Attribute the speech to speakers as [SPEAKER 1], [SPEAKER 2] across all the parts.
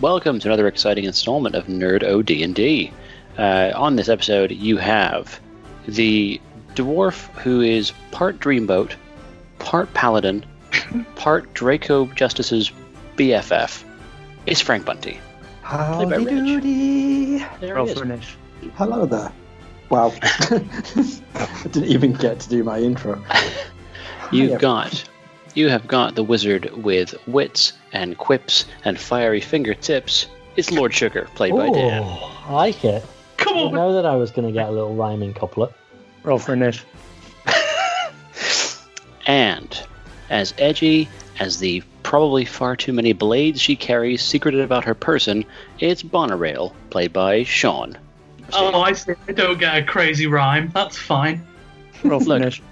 [SPEAKER 1] Welcome to another exciting installment of Nerd OD&D. Uh, on this episode, you have the dwarf who is part Dreamboat, part Paladin, part Draco Justice's BFF. It's Frank Bunty. by
[SPEAKER 2] Howdy
[SPEAKER 1] Rich.
[SPEAKER 2] doody.
[SPEAKER 1] There
[SPEAKER 3] Roll
[SPEAKER 1] he is.
[SPEAKER 3] for initiative.
[SPEAKER 2] Hello there. Wow. I didn't even get to do my intro.
[SPEAKER 1] You've
[SPEAKER 2] Hiya.
[SPEAKER 1] got, you have got the wizard with wits and quips and fiery fingertips. It's Lord Sugar, played by Dan.
[SPEAKER 4] I like it.
[SPEAKER 3] Come
[SPEAKER 4] I didn't know that I was going to get a little rhyming couplet.
[SPEAKER 3] Roll for initiative.
[SPEAKER 1] And as edgy as the probably far too many blades she carries secreted about her person, it's Bonnerail, played by Sean.
[SPEAKER 5] Oh, I see. I don't get a crazy rhyme. That's fine.
[SPEAKER 3] Roll for
[SPEAKER 1] Look.
[SPEAKER 3] initiative.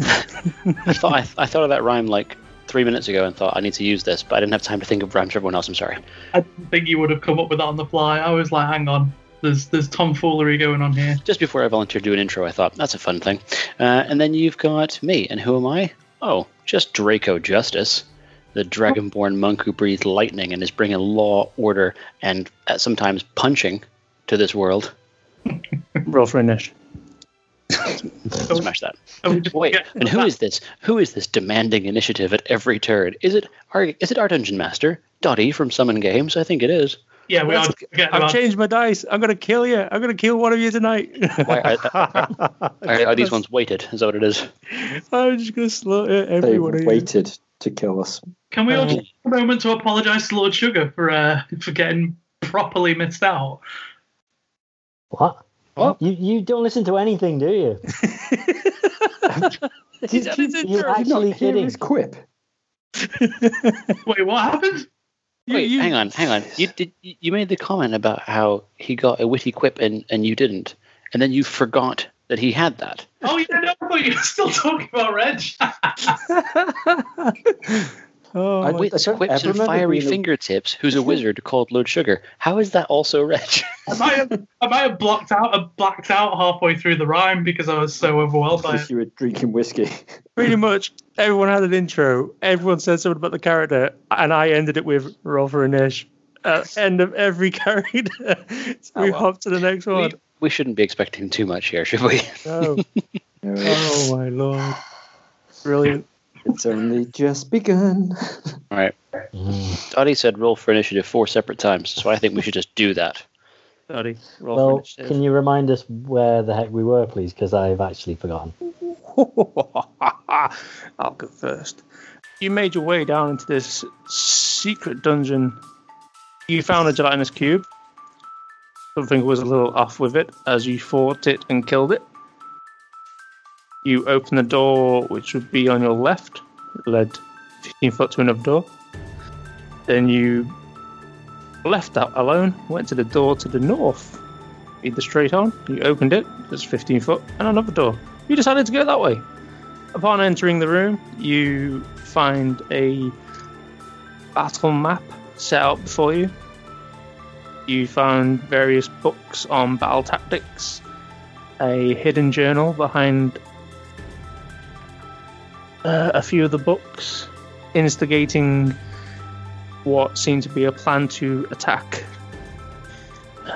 [SPEAKER 1] I thought I, I thought of that rhyme like three minutes ago and thought I need to use this, but I didn't have time to think of rhymes for everyone else. I'm sorry.
[SPEAKER 5] I didn't think you would have come up with that on the fly. I was like, hang on. There's there's tomfoolery going on here.
[SPEAKER 1] Just before I volunteered to do an intro, I thought that's a fun thing. Uh, and then you've got me, and who am I? Oh, just Draco Justice, the dragonborn monk who breathes lightning and is bringing law, order, and uh, sometimes punching to this world.
[SPEAKER 3] Roll for initiative.
[SPEAKER 1] Smash that.
[SPEAKER 5] And we just
[SPEAKER 1] Wait,
[SPEAKER 5] get-
[SPEAKER 1] and who is this? Who is this demanding initiative at every turn? Is it our is it our dungeon master Dottie from Summon Games? I think it is.
[SPEAKER 5] Yeah, we are
[SPEAKER 3] That's-
[SPEAKER 5] forgetting
[SPEAKER 3] I've
[SPEAKER 5] about.
[SPEAKER 3] changed my dice. I'm gonna kill you. I'm gonna kill one of you tonight.
[SPEAKER 1] Why are, are, are these ones weighted? Is that what it is?
[SPEAKER 3] I'm just gonna slaughter
[SPEAKER 2] They
[SPEAKER 3] every one of you.
[SPEAKER 2] waited to kill us.
[SPEAKER 5] Can we all
[SPEAKER 3] Oh.
[SPEAKER 5] just take a moment to apologise to Lord Sugar for uh, for getting properly missed out?
[SPEAKER 4] What?
[SPEAKER 1] What?
[SPEAKER 4] You, you don't listen to anything, do you?
[SPEAKER 3] He's had his
[SPEAKER 4] you
[SPEAKER 3] intro.
[SPEAKER 2] Did you not
[SPEAKER 4] actually
[SPEAKER 2] hear
[SPEAKER 4] kidding?
[SPEAKER 2] his quip?
[SPEAKER 5] Wait, what happened?
[SPEAKER 3] You-
[SPEAKER 1] Wait,
[SPEAKER 3] you-
[SPEAKER 1] hang on, hang on. You did you you made the comment about how he got a witty quip and and you didn't, and then you forgot that he had that.
[SPEAKER 5] Oh, yeah, no, but you're still talking about Reg.
[SPEAKER 3] oh,
[SPEAKER 2] I-
[SPEAKER 3] my-
[SPEAKER 1] Wits,
[SPEAKER 2] don't
[SPEAKER 1] quips,
[SPEAKER 2] ever
[SPEAKER 1] and
[SPEAKER 2] remember
[SPEAKER 1] fiery
[SPEAKER 2] being a-
[SPEAKER 1] fingertips. Who's a wizard called Lord Sugar? How is that also Reg?
[SPEAKER 5] I might have, I might have blocked out, I blacked out halfway through the rhyme because I was so overwhelmed by
[SPEAKER 2] If
[SPEAKER 5] it.
[SPEAKER 2] you were drinking whiskey.
[SPEAKER 3] pretty much everyone had an intro. Everyone said something about the character, and I ended it with roll for initiative. At the end of every character, so
[SPEAKER 1] Oh,
[SPEAKER 3] we
[SPEAKER 1] well.
[SPEAKER 3] hop to the next one.
[SPEAKER 1] we shouldn't be expecting too much here, should we?
[SPEAKER 3] No.
[SPEAKER 2] No,
[SPEAKER 3] Oh my lord. Brilliant.
[SPEAKER 2] it's only just begun.
[SPEAKER 1] All right.
[SPEAKER 4] Mm.
[SPEAKER 1] Dottie said roll for initiative four separate times, so I think we should just do that.
[SPEAKER 3] Sorry. Roll
[SPEAKER 4] Well, can you remind us where the heck we were, please? Because I've actually forgotten.
[SPEAKER 3] I'll go first. You made your way down into this secret dungeon. You found a gelatinous cube. Something was a little off with it as you fought it and killed it. You open the door, which would be on your left. It led 15 foot to another door. Then you left that alone, went to the door to the north. Either straight on, you opened it, it's 15 foot, and another door. You decided to go that way. Upon entering the room, you find a battle map set out before you. You found various books on battle tactics, a hidden journal behind uh, a few of the books, instigating what seemed to be a plan to attack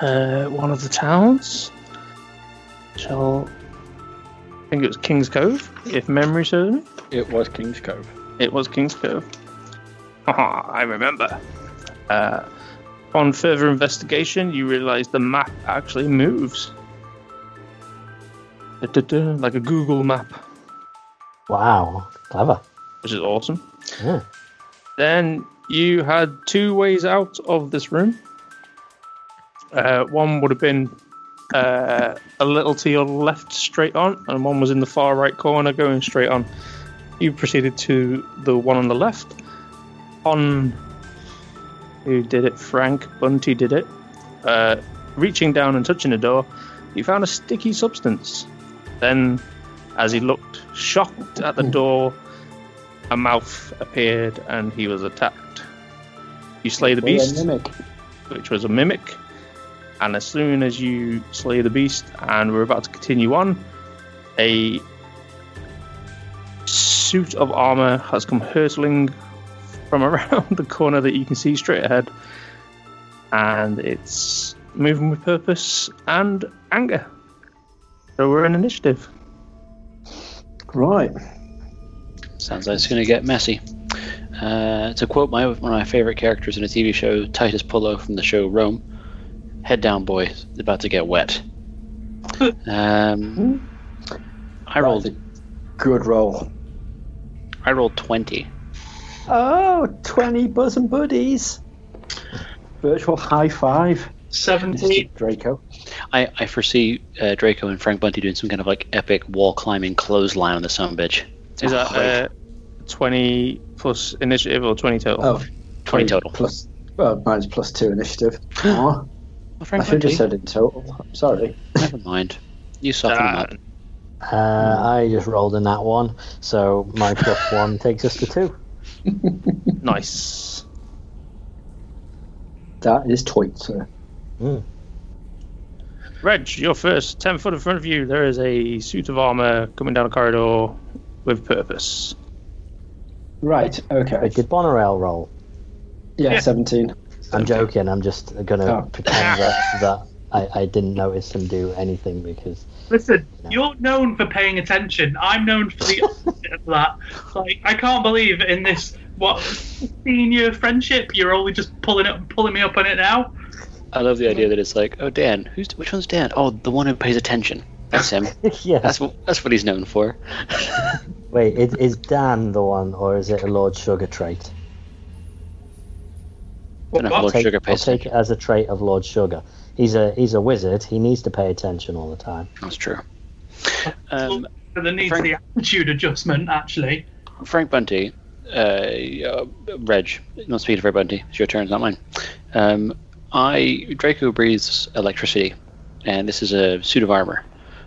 [SPEAKER 3] uh, one of the towns. So, I think it was King's Cove, if memory serves me.
[SPEAKER 6] It was King's Cove.
[SPEAKER 3] It was King's Cove. Haha, I remember. Uh, on further investigation, you realise the map actually moves. Du-du-du, Like a Google map,
[SPEAKER 4] Wow. Clever.
[SPEAKER 3] which is awesome.
[SPEAKER 4] Yeah.
[SPEAKER 6] Oh.
[SPEAKER 3] Then you had two ways out of this room. Uh, one would have been uh, a little to your left, straight on, and one was in the far right corner, going straight on. You proceeded to the one on the left. On who did it? Frank Bunty did it. Uh, reaching down and touching the door, you found a sticky substance. Then, as he looked shocked at the door, a mouth appeared and he was attacked. You slay the
[SPEAKER 2] We're a
[SPEAKER 3] beast
[SPEAKER 2] mimic.
[SPEAKER 3] which was a mimic. And as soon as you slay the beast and we're about to continue on, a suit of armor has come hurtling from around the corner that you can see straight ahead. and it's moving with purpose and anger. So we're in initiative.
[SPEAKER 2] Right.
[SPEAKER 1] Sounds like it's going to get messy. Uh, to quote my one of my favorite characters in a TV show, Titus Pullo from the show Rome, "Head down, boy. It's about to get wet." Um, I rolled.
[SPEAKER 2] Good roll.
[SPEAKER 1] I rolled twenty.
[SPEAKER 2] Oh, 20 bosom buddies. Virtual high five.
[SPEAKER 5] 17.
[SPEAKER 2] Mr. Draco.
[SPEAKER 1] I, I foresee uh, Draco and Frank Bunty doing some kind of like epic wall climbing clothesline on the son bitch. Ah,
[SPEAKER 3] Is that uh, 20 plus initiative or 20 total?
[SPEAKER 2] Oh,
[SPEAKER 1] Twenty total.
[SPEAKER 2] Plus, uh, mine's plus two initiative. Aw,
[SPEAKER 1] Oh,
[SPEAKER 2] I
[SPEAKER 1] Frank
[SPEAKER 2] should have
[SPEAKER 1] Bunty,
[SPEAKER 2] said in total. I'm sorry.
[SPEAKER 1] never mind. You soften him
[SPEAKER 3] Ah.
[SPEAKER 1] up.
[SPEAKER 4] Uh, I just rolled in that one, so my plus one takes us to two.
[SPEAKER 3] Nice.
[SPEAKER 2] That is toit, sir.
[SPEAKER 3] Reg, you're first. 10 foot in front of you, there is a suit of armor coming down a corridor with purpose.
[SPEAKER 2] Right, okay.
[SPEAKER 4] But did Bonorel roll?
[SPEAKER 2] Yeah,
[SPEAKER 3] Yeah.
[SPEAKER 2] 17.
[SPEAKER 4] I'm joking. I'm just gonna
[SPEAKER 2] Oh.
[SPEAKER 4] pretend that, that I, I didn't notice him do anything because
[SPEAKER 5] Listen, you're known for paying attention. I'm known for the opposite of that. Like, I can't believe in this what 15 year friendship you're only just pulling it pulling me up on it now.
[SPEAKER 1] I love the idea that it's like, oh, Dan, who's which one's Dan? Oh, the one who pays attention. That's him.
[SPEAKER 4] yeah.
[SPEAKER 1] That's what that's what he's known for.
[SPEAKER 4] Wait, is, is Dan the one, or is it a Lord Sugar trait?
[SPEAKER 1] Don't know if
[SPEAKER 5] What?
[SPEAKER 1] Lord
[SPEAKER 4] Take-
[SPEAKER 1] Sugar
[SPEAKER 4] I'll
[SPEAKER 1] pays
[SPEAKER 4] take
[SPEAKER 1] attention.
[SPEAKER 4] it as a trait of Lord Sugar. He's a he's a wizard. He needs to pay attention all the time.
[SPEAKER 1] That's true. Um,
[SPEAKER 5] And there needs
[SPEAKER 1] Frank-
[SPEAKER 5] the attitude adjustment, actually.
[SPEAKER 1] Frank Bunty, uh, uh, Reg, not speaking of Frank Bunty, it's your turn, not mine. Um, I Draco breathes electricity, and this is a suit of armor,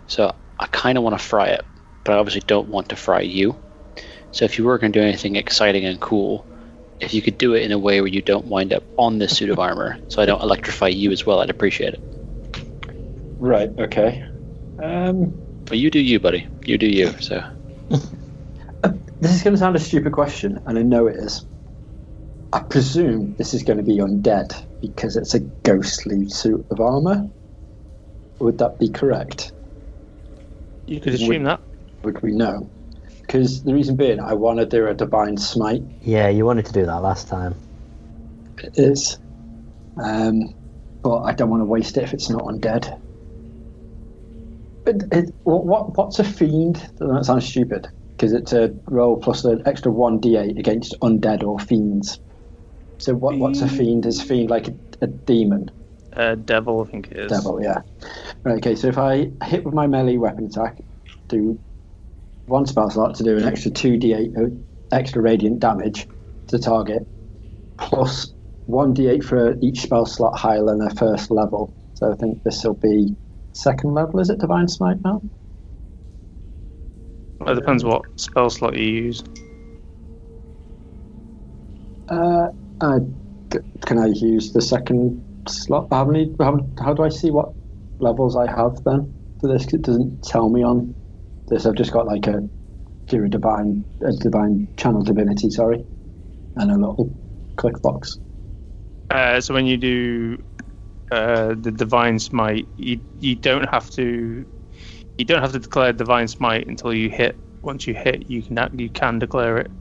[SPEAKER 1] so I kind of want to fry it, but I obviously don't want to fry you. So if you were going to do anything exciting and cool, if you could do it in a way where you don't wind up on this suit of armor, so I don't electrify you as well, I'd appreciate it.
[SPEAKER 2] Right, okay. Um,
[SPEAKER 1] But you do you, buddy. You do you. So
[SPEAKER 2] this is going to sound a stupid question, and I know it is. I presume this is going to be undead because it's a ghostly suit of armor. Would that be correct?
[SPEAKER 3] You could assume that.
[SPEAKER 2] Would we know? Because the reason being, I want to do a divine smite.
[SPEAKER 4] Yeah, you wanted to do that last time.
[SPEAKER 2] It is, um, but I don't want to waste it if it's not undead. It, it, what, what what's a fiend? That sounds stupid because it's a roll plus an extra one d8 against undead or fiends. So what what's a fiend? Is fiend like a, a demon?
[SPEAKER 3] Uh, devil, I think it is.
[SPEAKER 2] Devil, yeah. Right, okay, so if I hit with my melee weapon attack, do one spell slot to do an extra 2d8 of uh, extra radiant damage to target, plus 1d8 for each spell slot higher than their first level. So I think this will be second level, is it Divine Smite now?
[SPEAKER 3] It Uh, depends what spell slot you use.
[SPEAKER 2] Uh, I, can I use the second slot? How many? How, how do I see what levels I have then for this? 'Cause it doesn't tell me on this. I've just got like a do a divine a divine channel divinity, sorry, and a little click box.
[SPEAKER 3] Uh, so when you do uh, the divine smite, you you don't have to you don't have to declare divine smite until you hit. Once you hit, you can act- you can declare it.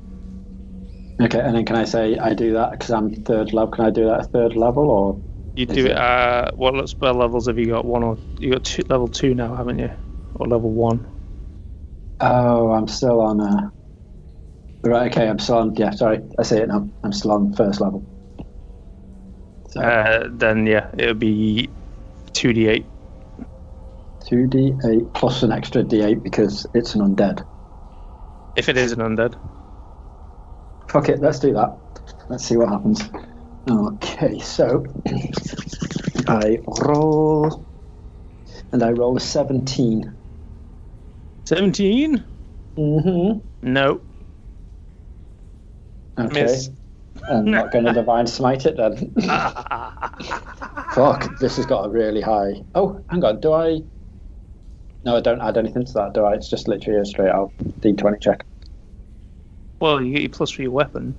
[SPEAKER 2] Okay, and then can I say I do that because I'm third level? Can I do that at third level or
[SPEAKER 3] You do it. Uh, what spell levels have you got? One or you got two, level two now, haven't you? Or level one?
[SPEAKER 2] Oh, I'm still on. Uh... Right, okay, I'm still on. Yeah, sorry, I see it now. I'm still on first level. So
[SPEAKER 3] Uh, then yeah, it would be two d eight.
[SPEAKER 2] two d8 plus an extra d8 because it's an undead.
[SPEAKER 3] If it is an undead,
[SPEAKER 2] Fuck it, let's do that. Let's see what happens. Okay, so I roll, and I roll a 17.
[SPEAKER 3] seventeen.
[SPEAKER 2] Mm-hmm.
[SPEAKER 3] No,
[SPEAKER 2] Okay,
[SPEAKER 3] miss. Ah.
[SPEAKER 2] I'm not going to divine smite it then. Fuck, this has got a really high. Oh, hang on, do I? No, I don't add anything to that, do I? It's just literally a straight out d20 check.
[SPEAKER 3] Well, you get your plus for your weapon.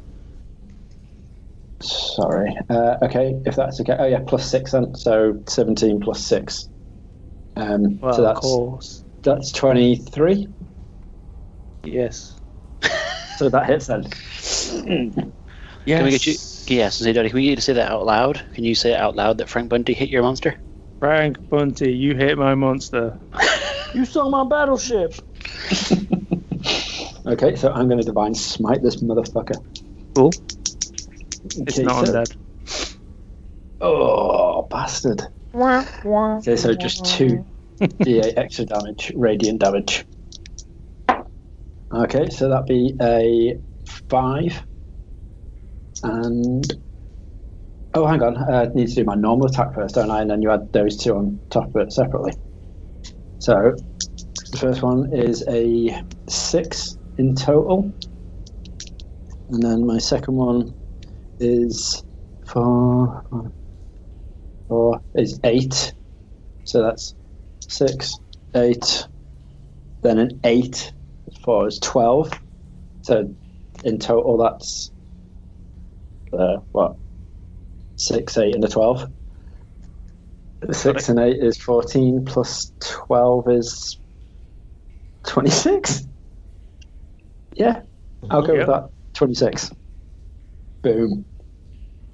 [SPEAKER 2] Sorry. Uh, okay, if that's okay. Oh yeah, plus six then. So seventeen plus six. Um,
[SPEAKER 3] Well,
[SPEAKER 2] so
[SPEAKER 3] of
[SPEAKER 2] that's
[SPEAKER 3] course.
[SPEAKER 2] that's twenty-three.
[SPEAKER 3] Yes.
[SPEAKER 2] So that hits then.
[SPEAKER 3] Yes.
[SPEAKER 1] Can we get you? Yes, Zadoni, can we get you to say that out loud? Can you say out loud that Frank Bundy hit your monster?
[SPEAKER 3] Frank Bunty, you hit my monster.
[SPEAKER 4] You saw my battleship.
[SPEAKER 2] Okay, so I'm going to divine smite this motherfucker.
[SPEAKER 3] Cool. It's
[SPEAKER 2] Okay,
[SPEAKER 3] not
[SPEAKER 2] so-
[SPEAKER 3] undead.
[SPEAKER 2] Oh, bastard. Okay, so just two d8 extra damage, radiant damage. Okay, so that'd be a five. And. Oh, hang on. I need to do my normal attack first, don't I? And then you add those two on top of it separately. So, the first one is a six in total. And then my second one is four, five, four is eight. So that's six, eight, then an eight, four is twelve. So in total, that's uh, what six, eight, and a twelve. Six and eight is fourteen, plus twelve is twenty-six. Yeah, I'll go
[SPEAKER 3] Yeah.
[SPEAKER 2] with that. Twenty-six. Boom.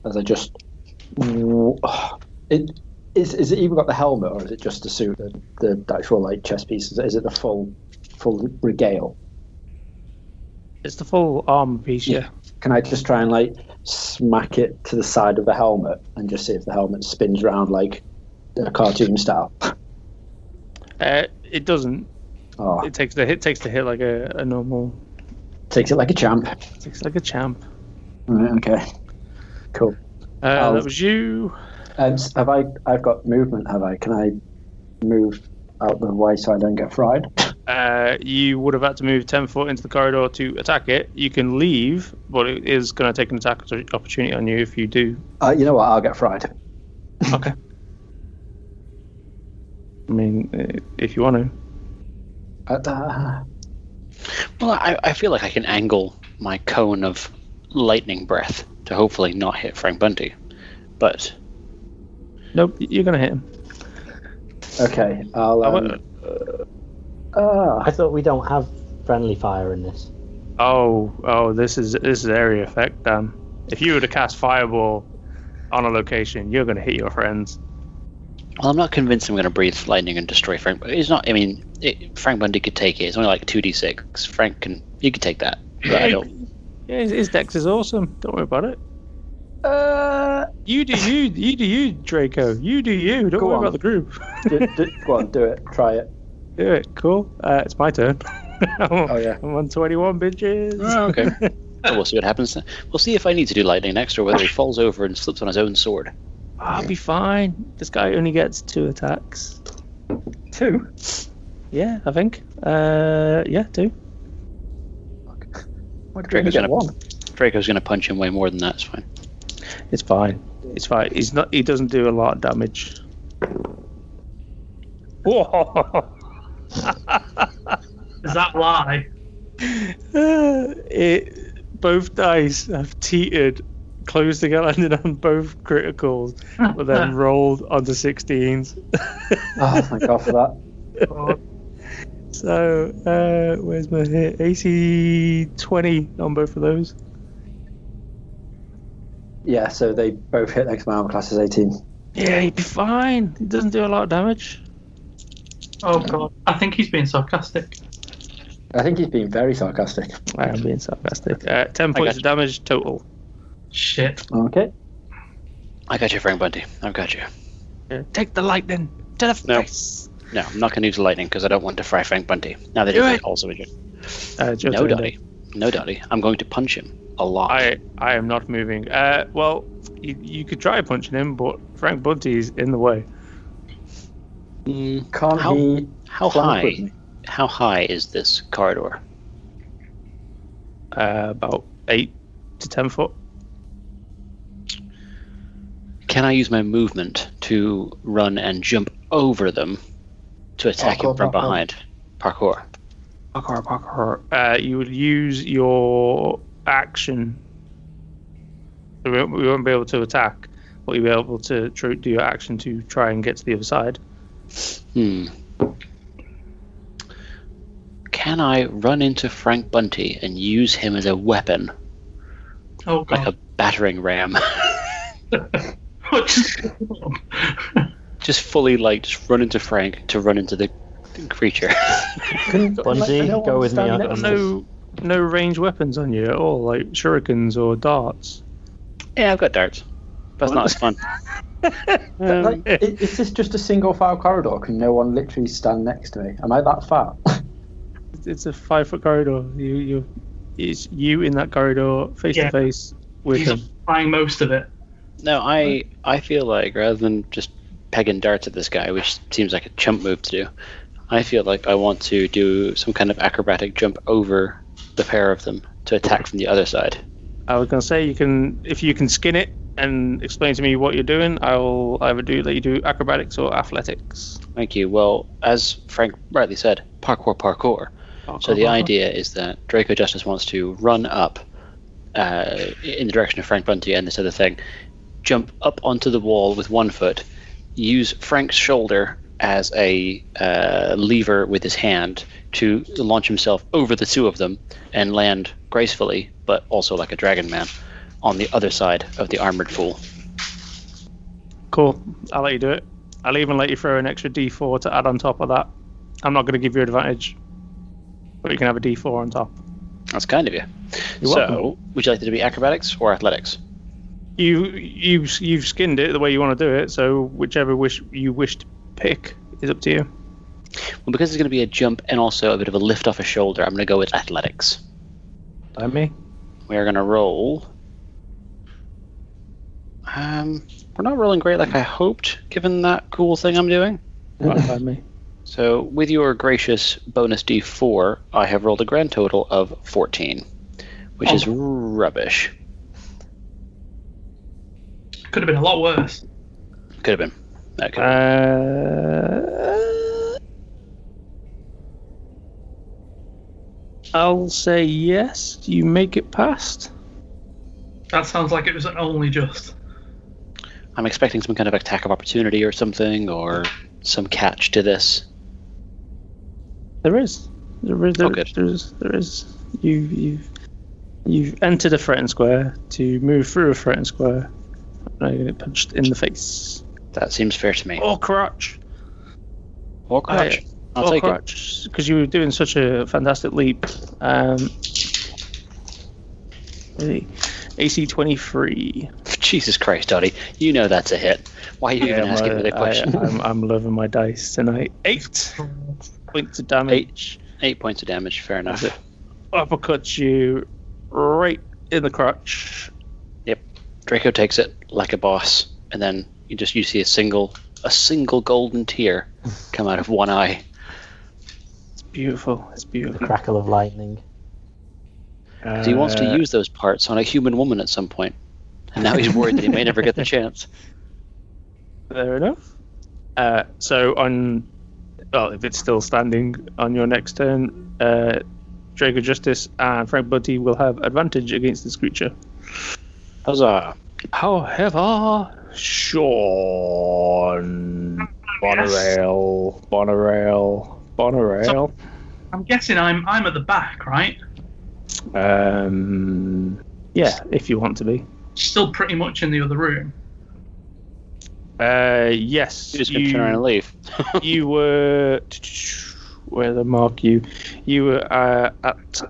[SPEAKER 2] As I just, it is. Is it even got the helmet, or is it just the suit, the, the actual like chest pieces? Is it the full, full regale?
[SPEAKER 3] It's the full armor piece, yeah.
[SPEAKER 2] Can I just try and like smack it to the side of the helmet and just see if the helmet spins around like a cartoon style?
[SPEAKER 3] Uh, it doesn't.
[SPEAKER 2] Oh,
[SPEAKER 3] It takes the hit takes the hit like a, a normal
[SPEAKER 2] takes it like a champ.
[SPEAKER 3] takes like a champ.
[SPEAKER 2] Right, okay. Cool.
[SPEAKER 3] Uh,
[SPEAKER 2] I'll-
[SPEAKER 3] that was you.
[SPEAKER 2] Um, s- have I? I've got movement. Have I? Can I move out the way so I don't get fried?
[SPEAKER 3] Uh, you would have had to move ten foot into the corridor to attack it. You can leave, but it is going to take an attack opportunity on you if you do.
[SPEAKER 2] Uh, you know what? I'll get fried.
[SPEAKER 3] Okay. I mean, uh, if you want to.
[SPEAKER 2] Uh, uh,
[SPEAKER 1] Well, I, I feel like I can angle my cone of lightning breath to hopefully not hit Frank Bundy. But
[SPEAKER 3] Nope, you're going to hit him.
[SPEAKER 2] okay. I'll.
[SPEAKER 3] I
[SPEAKER 2] Um,
[SPEAKER 3] won't-
[SPEAKER 2] ah,
[SPEAKER 4] I thought we don't have friendly fire in this.
[SPEAKER 3] Oh, oh, this is this is area effect. Dan. if you were to cast fireball on a location, you're going to hit your friends.
[SPEAKER 1] well, I'm not convinced I'm going to breathe lightning and destroy Frank. It's not. I mean, it, Frank Bundy could take it. It's only like two d six. Frank can. You could take that. But I don't.
[SPEAKER 3] Yeah, his, his dex is awesome. Don't worry about it.
[SPEAKER 2] uh,
[SPEAKER 3] You do you. You do you, Draco. You do you. Don't
[SPEAKER 2] Go
[SPEAKER 3] worry
[SPEAKER 2] on.
[SPEAKER 3] about the group.
[SPEAKER 2] do, do, go on, do it. Try it.
[SPEAKER 3] do it. Cool. Uh, it's my turn.
[SPEAKER 2] Oh yeah.
[SPEAKER 3] I'm on 21, bitches.
[SPEAKER 1] Oh, okay. Well, we'll see what happens. then. We'll see if I need to do lightning next, or whether he falls over and slips on his own sword.
[SPEAKER 3] I'll be fine. This guy only gets two attacks.
[SPEAKER 2] Two.
[SPEAKER 3] Yeah, I think. Uh, yeah, two.
[SPEAKER 2] What did we
[SPEAKER 1] Draco's
[SPEAKER 2] get?
[SPEAKER 1] gonna-
[SPEAKER 2] One.
[SPEAKER 1] Draco's going to punch him way more than that. It's fine.
[SPEAKER 3] It's fine. It's fine. He's not. He doesn't do a lot of damage. Whoa.
[SPEAKER 5] Does
[SPEAKER 1] Uh,
[SPEAKER 5] that lie?
[SPEAKER 3] it, both dice have teetered, close to get landed on both criticals, but then rolled onto 16s.
[SPEAKER 2] Oh, thank God for that.
[SPEAKER 3] So, uh, where's my hit? AC 20 on both of those.
[SPEAKER 2] Yeah. So they both hit next my armor class is 18.
[SPEAKER 3] Yeah, he'd be fine. He doesn't do a lot of damage.
[SPEAKER 5] Oh god, I think he's being sarcastic.
[SPEAKER 2] I think he's being very sarcastic.
[SPEAKER 3] I am being sarcastic. Uh, 10 points
[SPEAKER 1] got you.
[SPEAKER 3] of damage total.
[SPEAKER 5] Shit.
[SPEAKER 2] Okay.
[SPEAKER 1] I got you, Frank Bundy. I've got you.
[SPEAKER 3] Take the lightning to the
[SPEAKER 1] No.
[SPEAKER 3] face.
[SPEAKER 1] No, I'm not going to use lightning because I don't want to fry Frank Bundy. Now that
[SPEAKER 3] Do
[SPEAKER 1] he's
[SPEAKER 3] it.
[SPEAKER 1] also injured.
[SPEAKER 3] Uh, Joe
[SPEAKER 1] No,
[SPEAKER 3] Turnbull.
[SPEAKER 1] Dottie. No, Dottie. I'm going to punch him a lot.
[SPEAKER 3] I I am not moving. Uh, well, you, you could try punching him, but Frank Bunty's in the way.
[SPEAKER 1] Mm,
[SPEAKER 2] Can't
[SPEAKER 1] How-
[SPEAKER 2] he?
[SPEAKER 1] how
[SPEAKER 2] flank with
[SPEAKER 1] high?
[SPEAKER 2] me?
[SPEAKER 1] How high is this corridor?
[SPEAKER 3] Uh, about eight to ten foot.
[SPEAKER 1] Can I use my movement to run and jump over them to attack him
[SPEAKER 2] Parkour,
[SPEAKER 1] from
[SPEAKER 2] parkour.
[SPEAKER 1] behind? Parkour.
[SPEAKER 3] Parkour, parkour. Uh, you would use your action So we won't, we won't be able to attack, but you'll be able to tr- do your action to try and get to the other side.
[SPEAKER 1] Hmm. Can I run into Frank Bunty and use him as a weapon,
[SPEAKER 5] Oh
[SPEAKER 1] like a
[SPEAKER 5] god.
[SPEAKER 1] battering ram? just fully like just run into Frank to run into the creature.
[SPEAKER 2] Couldn't-
[SPEAKER 4] Bungie,
[SPEAKER 2] I don't
[SPEAKER 4] go with me
[SPEAKER 2] understand
[SPEAKER 4] on-
[SPEAKER 2] it.
[SPEAKER 4] on
[SPEAKER 3] No, no range weapons on you at all, like shurikens or darts.
[SPEAKER 1] yeah, I've got darts. That's not as fun.
[SPEAKER 5] Uh,
[SPEAKER 3] Um,
[SPEAKER 2] Like, i- is this just a single file corridor? Can no one literally stand next to me? Am I that fat?
[SPEAKER 3] It's a five foot corridor. You, you, it's you in that corridor, face
[SPEAKER 5] Yeah.
[SPEAKER 3] to face with
[SPEAKER 5] He's
[SPEAKER 3] him.
[SPEAKER 5] applying most of it.
[SPEAKER 1] No, I I feel like rather than just pegging darts at this guy, which seems like a chump move to do, I feel like I want to do some kind of acrobatic jump over the pair of them to attack from the other side.
[SPEAKER 3] I was gonna say you can if you can skin it and explain to me what you're doing. I will either do let you do acrobatics or athletics.
[SPEAKER 1] Thank you. Well, as Frank rightly said, parkour, parkour. So
[SPEAKER 4] Uh-huh.
[SPEAKER 1] the idea is that Draco Justice wants to run up uh, in the direction of Frank Bunty and this other thing, jump up onto the wall with one foot, use Frank's shoulder as a uh, lever with his hand to launch himself over the two of them and land gracefully, but also like a dragon man, on the other side of the armored fool.
[SPEAKER 3] Cool. I'll let you do it. I'll even let you throw an extra D4 to add on top of that. I'm not gonna give you advantage, but you can have a D4 on top.
[SPEAKER 1] That's kind of you.
[SPEAKER 4] You're
[SPEAKER 1] so,
[SPEAKER 4] welcome.
[SPEAKER 1] would you like it to be acrobatics or athletics?
[SPEAKER 3] You you you've skinned it the way you want to do it. So whichever wish you wish to pick is up to you.
[SPEAKER 1] Well, because it's going to be a jump and also a bit of a lift off a shoulder, I'm going to go with athletics.
[SPEAKER 4] By me.
[SPEAKER 1] We are going to roll. Um, we're not rolling great like I hoped, given that cool thing I'm doing.
[SPEAKER 3] Right by me.
[SPEAKER 1] So, with your gracious bonus d4, I have rolled a grand total of 14, which is rubbish.
[SPEAKER 5] Could have been a lot worse.
[SPEAKER 1] Could have been. That could have
[SPEAKER 3] Uh, I'll say yes. You make it past.
[SPEAKER 5] That sounds like it was an only just.
[SPEAKER 1] been. I'm expecting some kind of attack of opportunity or something, or some catch to this.
[SPEAKER 3] There is. There is. There,
[SPEAKER 1] Oh, good.
[SPEAKER 3] there is. There is. You you you've entered a threatened square to move through a threatened square. Now you're gonna get punched in the face.
[SPEAKER 1] That seems fair to me.
[SPEAKER 3] Or crotch.
[SPEAKER 1] Or crutch. I'll
[SPEAKER 3] or
[SPEAKER 1] take it.
[SPEAKER 3] crotch. Because Oh, you were doing such a fantastic leap. Um, really. AC twenty three.
[SPEAKER 1] Jesus Christ, Dottie. You know that's a hit. Why are you even asking me the
[SPEAKER 3] Uh, I-
[SPEAKER 1] question?
[SPEAKER 3] I, am I'm loving my dice tonight. Eight points of damage.
[SPEAKER 1] Eight points of damage, fair enough.
[SPEAKER 3] Uppercuts you right in the crotch.
[SPEAKER 1] Draco takes it like a boss, and then you just you see a single a single golden tear come out of one eye.
[SPEAKER 3] It's beautiful. It's beautiful.
[SPEAKER 4] Crackle of lightning.
[SPEAKER 1] So he wants to
[SPEAKER 3] Uh,
[SPEAKER 1] use those parts on a human woman at some point, and now he's worried that he may never get the chance.
[SPEAKER 3] Fair enough. Uh, so on, well, if it's still standing on your next turn, uh, Draco Justice and Frank Bunty will have advantage against this creature.
[SPEAKER 1] Huzzah!
[SPEAKER 3] However, Sean Bonarail, Bonarail, Bonarail.
[SPEAKER 5] I'm guessing I'm I'm at the back, right?
[SPEAKER 3] Um, yeah, if you want to be.
[SPEAKER 5] Still pretty much in the other room.
[SPEAKER 3] Uh, yes,
[SPEAKER 1] He's just gonna turn around and
[SPEAKER 3] you,
[SPEAKER 1] leave.
[SPEAKER 3] you were. Where the mark you? You were uh, at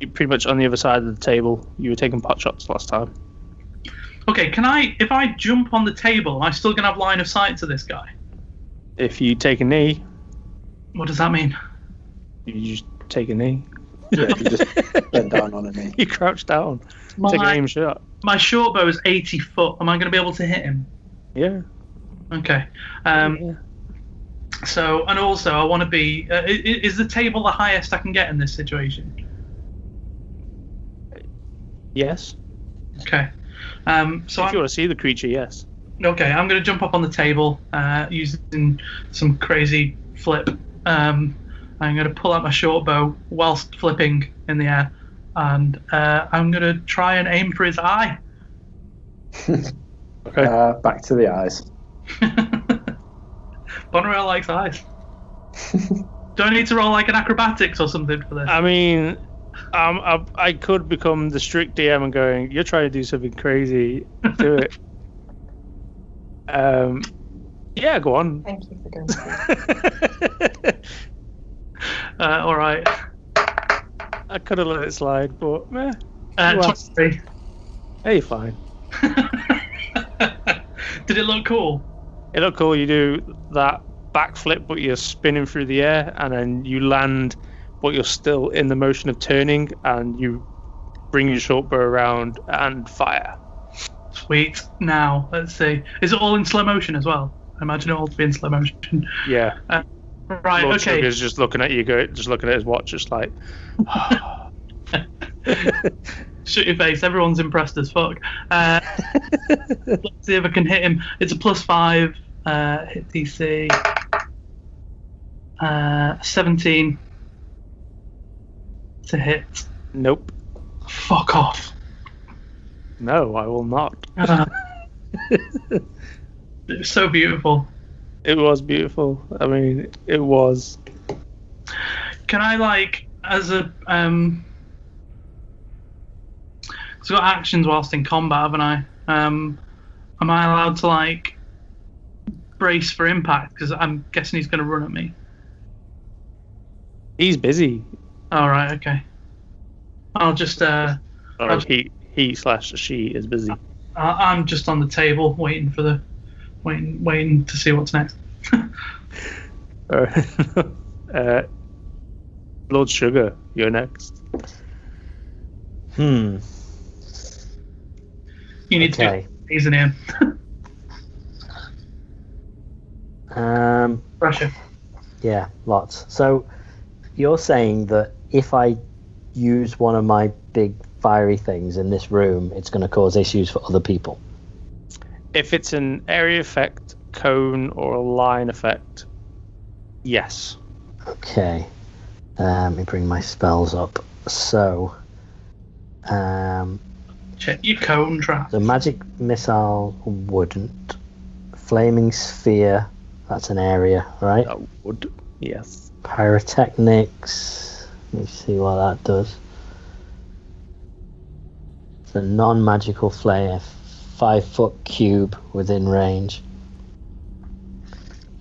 [SPEAKER 3] you pretty much on the other side of the table. You were taking pot shots last time.
[SPEAKER 5] Okay, can I if I jump on the table, am I still gonna have line of sight to this guy?
[SPEAKER 3] If you take a knee,
[SPEAKER 5] What does that mean?
[SPEAKER 3] you just take a knee.
[SPEAKER 2] Yeah, you just bend down on a knee.
[SPEAKER 3] You crouch down, take an
[SPEAKER 5] My,
[SPEAKER 3] aim shot.
[SPEAKER 5] my short bow is eighty foot. Am I gonna be able to hit him?
[SPEAKER 3] Yeah.
[SPEAKER 5] Okay. Um,
[SPEAKER 3] yeah.
[SPEAKER 5] so and also I want to be. Uh, i- i- is the table the highest I can get in this situation?
[SPEAKER 3] Yes.
[SPEAKER 5] Okay. Um, so
[SPEAKER 3] if you
[SPEAKER 5] I'm,
[SPEAKER 3] want to see the creature, yes.
[SPEAKER 5] okay, I'm gonna jump up on the table uh, using some crazy flip. Um, I'm gonna pull out my short bow whilst flipping in the air, and uh, I'm gonna try and aim for his eye.
[SPEAKER 3] Okay.
[SPEAKER 2] Uh, back to the eyes.
[SPEAKER 5] Bonnerel likes eyes. Do I need to roll like an acrobatics or something for this?
[SPEAKER 3] I mean, um, I, I could become the strict DM and going, "You're trying to do something crazy, Uh, do it." um, yeah, go on.
[SPEAKER 6] Thank you for going.
[SPEAKER 3] I
[SPEAKER 5] Uh, all right.
[SPEAKER 3] could have let it slide, but meh.
[SPEAKER 5] Uh,
[SPEAKER 3] Well-
[SPEAKER 5] 23.
[SPEAKER 3] Hey, fine.
[SPEAKER 5] Did it look cool?
[SPEAKER 3] It looked cool. You do that backflip, but you're spinning through the air, and then you land, but you're still in the motion of turning, and you bring your short bow around and fire.
[SPEAKER 5] Sweet. Now let's see. Is it all in slow motion as well? I imagine it all to be in slow motion.
[SPEAKER 3] Yeah.
[SPEAKER 5] Right.
[SPEAKER 3] Lord
[SPEAKER 5] okay.
[SPEAKER 3] Sugar's just looking at you, go, just looking at his watch, just like.
[SPEAKER 5] Shut your face. Everyone's impressed as fuck. Uh, let's see if I can hit him. It's a plus five. Uh, hit DC. Uh, 17 to hit.
[SPEAKER 3] nope.
[SPEAKER 5] Fuck off.
[SPEAKER 3] No, I will not.
[SPEAKER 5] Uh, it was so beautiful.
[SPEAKER 3] It was beautiful. I mean, it was.
[SPEAKER 5] Can I like as a um? I've got actions whilst in combat, haven't I? Um, am I allowed to like brace for impact? Because I'm guessing he's going to run at me.
[SPEAKER 3] He's busy.
[SPEAKER 5] All right, okay. I'll just uh,
[SPEAKER 3] Or he he slash she is busy.
[SPEAKER 5] I- I'm just on the table waiting for the waiting waiting to see what's next.
[SPEAKER 3] Uh, uh, Lord Sugar, you're next.
[SPEAKER 4] Hmm.
[SPEAKER 5] You need
[SPEAKER 4] Okay.
[SPEAKER 5] to be in him.
[SPEAKER 4] Um.
[SPEAKER 5] Pressure.
[SPEAKER 4] Yeah. Lots. So, you're saying that if I use one of my big fiery things in this room, it's going to cause issues for other people.
[SPEAKER 3] If it's an area effect, cone, or a line effect, yes.
[SPEAKER 4] Okay. Uh, let me bring my spells up. So, um,
[SPEAKER 5] Check your cone trap.
[SPEAKER 4] the magic missile wouldn't. Flaming sphere. That's an area, right?
[SPEAKER 3] That would. Yes.
[SPEAKER 4] Pyrotechnics. Let me see what that does. It's a non magical flare, five foot cube within range.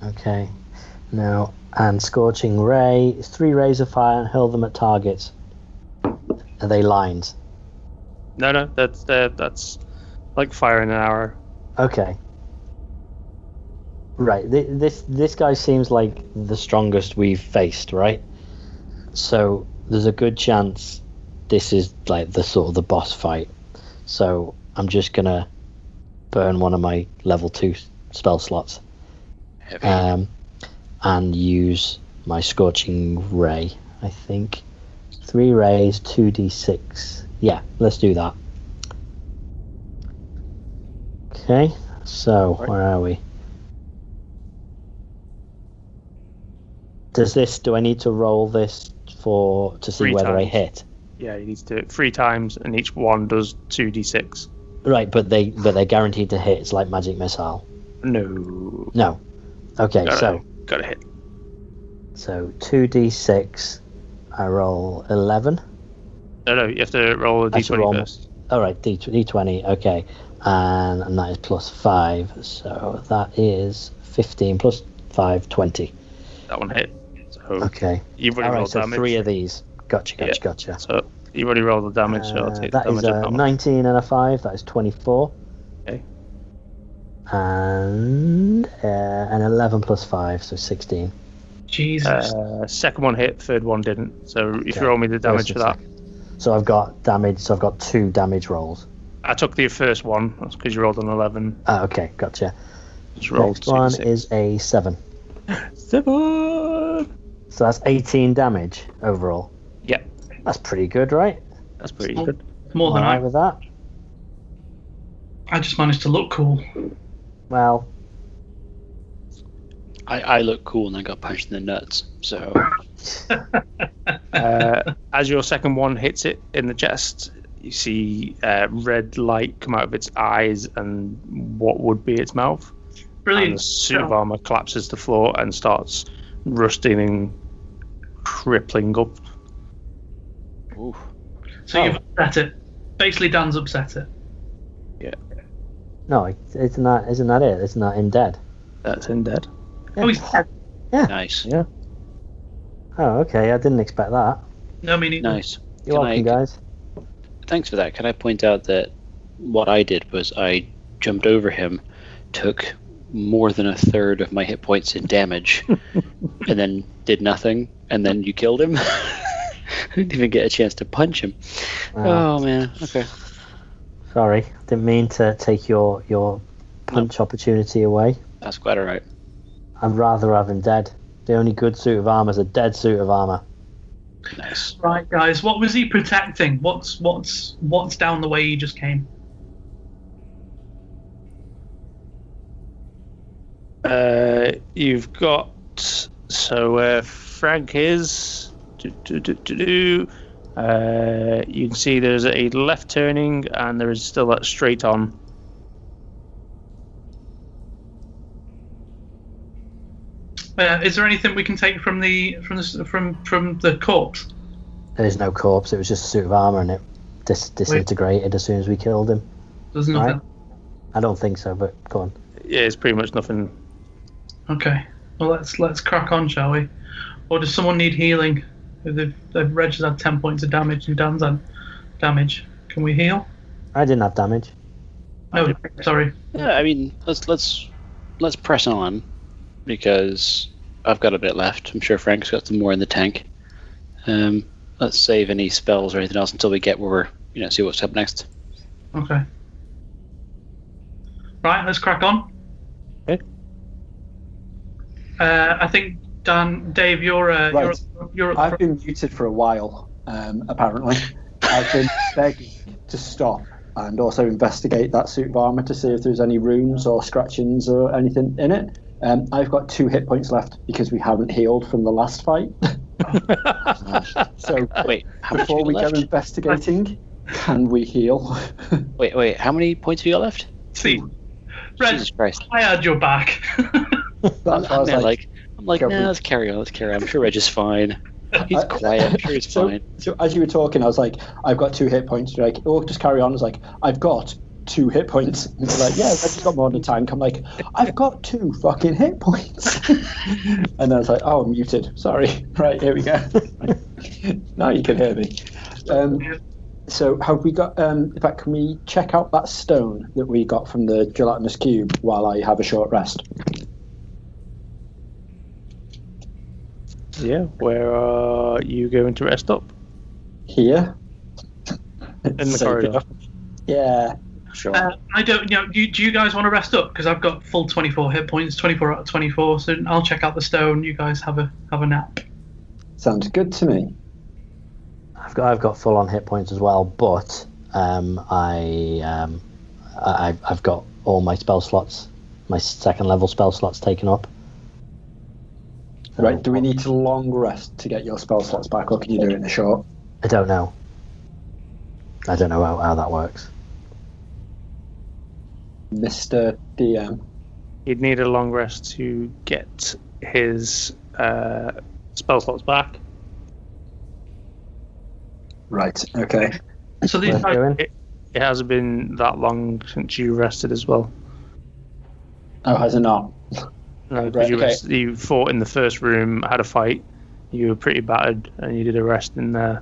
[SPEAKER 4] Okay. Now, and Scorching Ray is three rays of fire and hurl them at targets. Are they lines?
[SPEAKER 3] No, no, that's uh, that's like firing an arrow.
[SPEAKER 4] Okay. Right. Th- this this guy seems like the strongest we've faced, right? So there's a good chance this is like the sort of the boss fight. So I'm just gonna burn one of my level two s- spell slots
[SPEAKER 1] Heavy.
[SPEAKER 4] um, and use my scorching ray. I think three rays, two d six. Yeah, let's do that. Okay, so where are we? Does this? Do I need to roll this for to see
[SPEAKER 3] Three
[SPEAKER 4] whether I
[SPEAKER 3] times.
[SPEAKER 4] hit?
[SPEAKER 3] Yeah, you need to do it three times, and each one does two d6.
[SPEAKER 4] Right, but they but they're guaranteed to hit. It's like magic missile.
[SPEAKER 3] No,
[SPEAKER 4] No. Okay,
[SPEAKER 3] Got it.
[SPEAKER 4] so
[SPEAKER 3] gotta hit.
[SPEAKER 4] so two d six. I roll eleven.
[SPEAKER 3] No, no, you have to roll a
[SPEAKER 4] That's a roll.
[SPEAKER 3] d20 first.
[SPEAKER 4] All right, D D twenty. Okay, and, and that is plus five, so that is fifteen plus five, 20.
[SPEAKER 3] That one hit. So
[SPEAKER 4] Okay.
[SPEAKER 3] you've
[SPEAKER 4] All
[SPEAKER 3] already
[SPEAKER 4] right,
[SPEAKER 3] rolled
[SPEAKER 4] so
[SPEAKER 3] damage.
[SPEAKER 4] three of these. Gotcha, gotcha,
[SPEAKER 3] Yeah.
[SPEAKER 4] gotcha.
[SPEAKER 3] So you've already rolled the damage. so I'll
[SPEAKER 4] Uh,
[SPEAKER 3] take
[SPEAKER 4] that
[SPEAKER 3] the
[SPEAKER 4] is
[SPEAKER 3] damage.
[SPEAKER 4] a
[SPEAKER 3] up.
[SPEAKER 4] nineteen and a five. That is twenty-four.
[SPEAKER 3] Okay.
[SPEAKER 4] And uh, an eleven plus five, so sixteen.
[SPEAKER 5] Jesus.
[SPEAKER 3] Uh, second one hit, third one didn't. So if
[SPEAKER 4] Okay.
[SPEAKER 3] you roll me the damage
[SPEAKER 4] First and
[SPEAKER 3] for that,
[SPEAKER 4] second. So I've got damage. So I've got two damage rolls.
[SPEAKER 3] I took the first one because you rolled an eleven.
[SPEAKER 4] Ah, okay, gotcha.
[SPEAKER 3] Just rolled
[SPEAKER 4] Next one
[SPEAKER 3] two,
[SPEAKER 4] is a seven.
[SPEAKER 3] seven.
[SPEAKER 4] So that's eighteen damage overall.
[SPEAKER 3] Yeah.
[SPEAKER 4] That's pretty good, right?
[SPEAKER 3] That's pretty good.
[SPEAKER 5] More than
[SPEAKER 4] All right
[SPEAKER 5] I.
[SPEAKER 4] with that.
[SPEAKER 5] I just managed to look cool.
[SPEAKER 4] Well,
[SPEAKER 1] I, I look cool and I got punched in the nuts. So
[SPEAKER 3] Uh, as your second one hits it in the chest, You see uh, red light come out of its eyes and what would be its mouth. And the
[SPEAKER 5] Brilliant.
[SPEAKER 3] suit of armor collapses to the floor and starts rusting and crippling up.
[SPEAKER 1] Oof.
[SPEAKER 5] So you've upset it. Basically, Dan's upset it.
[SPEAKER 4] No, it's, it's not. Isn't that it? Isn't that him dead?
[SPEAKER 3] That's in dead.
[SPEAKER 5] Oh, he's dead.
[SPEAKER 3] Uh,
[SPEAKER 1] Nice.
[SPEAKER 4] Oh, okay. I didn't expect that.
[SPEAKER 5] No, me neither.
[SPEAKER 1] Nice.
[SPEAKER 4] You're
[SPEAKER 1] Can
[SPEAKER 4] welcome,
[SPEAKER 1] I-
[SPEAKER 4] guys.
[SPEAKER 1] Thanks for that. Can I point out that what I did was I jumped over him, took more than a third of my hit points in damage, and then did nothing, and then you killed him? I didn't even get a chance to punch him.
[SPEAKER 4] Uh,
[SPEAKER 1] Oh, man. Okay.
[SPEAKER 4] Sorry, didn't mean to take your your punch opportunity away.
[SPEAKER 1] That's quite alright.
[SPEAKER 4] I'd rather have him dead. The only good suit of armor is a dead suit of armor.
[SPEAKER 1] Nice.
[SPEAKER 5] Right, guys. What was he protecting? What's what's what's down the way he just came?
[SPEAKER 3] Uh, you've got so uh, Frank is. do, do, do, do, do. Uh, you can see there's a left turning and there is still that straight on.
[SPEAKER 5] Uh, is there anything we can take from the from the from from the corpse?
[SPEAKER 4] There is no corpse. It was just a suit of armor, and it dis- disintegrated as soon as we killed him.
[SPEAKER 5] There's nothing.
[SPEAKER 4] I don't think so, but go on.
[SPEAKER 3] Yeah, it's pretty much nothing.
[SPEAKER 5] Okay. Well, let's let's crack on, shall we? Or does someone need healing? If they've, they've Reg has had ten points of damage and Dan's had damage. Can we heal?
[SPEAKER 4] I didn't have damage.
[SPEAKER 5] No, sorry.
[SPEAKER 1] Yeah, I mean, let's let's let's press on because I've got a bit left. I'm sure Frank's got some more in the tank. Um, let's save any spells or anything else until we get where we're you know see what's up next.
[SPEAKER 5] Okay. Right, let's crack on.
[SPEAKER 3] Okay.
[SPEAKER 5] Uh, I think Dan, Dave, you're uh,
[SPEAKER 2] Right.
[SPEAKER 5] you're you're at the
[SPEAKER 2] I've
[SPEAKER 5] front.
[SPEAKER 2] been muted for a while, um, apparently. I've been begging to stop and also investigate that suit of armour to see if there's any runes or scratchings or anything in it. Um, I've got two hit points left because we haven't healed from the last fight. so
[SPEAKER 1] Ah, Wait, how much have
[SPEAKER 2] before
[SPEAKER 1] you
[SPEAKER 2] we
[SPEAKER 1] got
[SPEAKER 2] go
[SPEAKER 1] left?
[SPEAKER 2] investigating, can we heal?
[SPEAKER 1] Wait, wait, how many points have you got left?
[SPEAKER 5] See, Reg,
[SPEAKER 1] Jesus Christ!
[SPEAKER 5] I had your back.
[SPEAKER 2] That's why I
[SPEAKER 1] I'm
[SPEAKER 2] was
[SPEAKER 1] there,
[SPEAKER 2] like,
[SPEAKER 1] like, I'm like,
[SPEAKER 2] Go
[SPEAKER 1] nah,
[SPEAKER 2] for it."
[SPEAKER 1] let's carry on, let's carry on. I'm sure Reg is fine. He's
[SPEAKER 2] I-
[SPEAKER 1] quiet. I'm sure he's
[SPEAKER 2] So-
[SPEAKER 1] fine.
[SPEAKER 2] So as you were talking, I was like, I've got two hit points. You're like, oh, just carry on. I was like, I've got two hit points. And you're like, yeah, I've just got more than a tank. I'm like, I've got two fucking hit points. and then I was like, oh, I'm muted. Sorry. Right, here we go. now you can hear me. Um, so have we got, um, in fact, can we check out that stone that we got from the gelatinous cube while I have a short rest?
[SPEAKER 3] Yeah, where are you going to rest up?
[SPEAKER 2] Here?
[SPEAKER 3] In the corridor.
[SPEAKER 2] Yeah.
[SPEAKER 1] Sure.
[SPEAKER 5] Uh, I don't you know. Do, do you guys want to rest up? Because I've got full 24 hit points, 24 out of 24. So I'll check out the stone. You guys have a have a nap.
[SPEAKER 2] Sounds good to me.
[SPEAKER 4] I've got I've got full on hit points as well, but um, I um, I I've- I've got all my spell slots, my second level spell slots taken up.
[SPEAKER 3] Oh,
[SPEAKER 4] So-
[SPEAKER 2] Right, do we need to long rest to get your spell slots back, or can you do it in a short?
[SPEAKER 4] I don't know. I don't know how, how that works.
[SPEAKER 2] Mr. DM.
[SPEAKER 3] He'd need a long rest to get his uh, spell slots back.
[SPEAKER 2] Right, okay.
[SPEAKER 5] So these
[SPEAKER 4] Worth
[SPEAKER 5] guys,
[SPEAKER 4] doing.
[SPEAKER 3] It hasn't been that long since you rested as well.
[SPEAKER 2] Oh, has it not?
[SPEAKER 3] No, 'cause
[SPEAKER 2] Right,
[SPEAKER 3] you,
[SPEAKER 2] okay.
[SPEAKER 3] rest, you fought in the first room, had a fight. You were pretty battered, and you did a rest in there.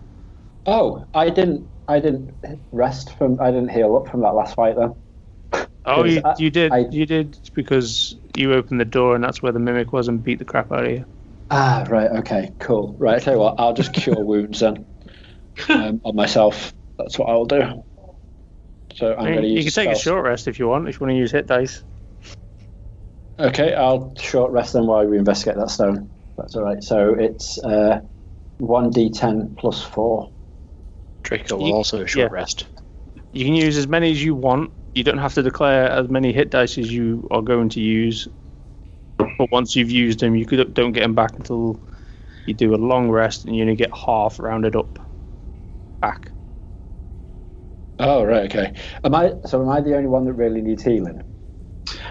[SPEAKER 2] Oh, I didn't. I didn't rest from. I didn't heal up from that last fight then.
[SPEAKER 3] Oh,
[SPEAKER 2] Yes,
[SPEAKER 3] you,
[SPEAKER 2] I-
[SPEAKER 3] you did.
[SPEAKER 2] I-
[SPEAKER 3] you did because you opened the door, and that's where the mimic was, and beat the crap out of you.
[SPEAKER 2] Ah, right. Okay, cool. Right, I tell you what, I'll just cure wounds then um, on myself. That's what I'll do. So I'm
[SPEAKER 3] I mean,
[SPEAKER 2] going to
[SPEAKER 3] you
[SPEAKER 2] use.
[SPEAKER 3] can take a
[SPEAKER 2] spell-
[SPEAKER 3] short rest if you want. If you want to use hit dice,
[SPEAKER 2] Okay, I'll short rest then while we investigate that stone. That's all right. So it's uh, one d10 plus four.
[SPEAKER 1] Draco
[SPEAKER 3] you-
[SPEAKER 1] will also short rest.
[SPEAKER 3] you can use as many as you want. You don't have to declare as many hit dice as you are going to use. But once you've used them, you could, don't get them back until you do a long rest, and you only get half rounded up back.
[SPEAKER 2] Oh right, okay. Am I so? Am I the only one that really needs healing?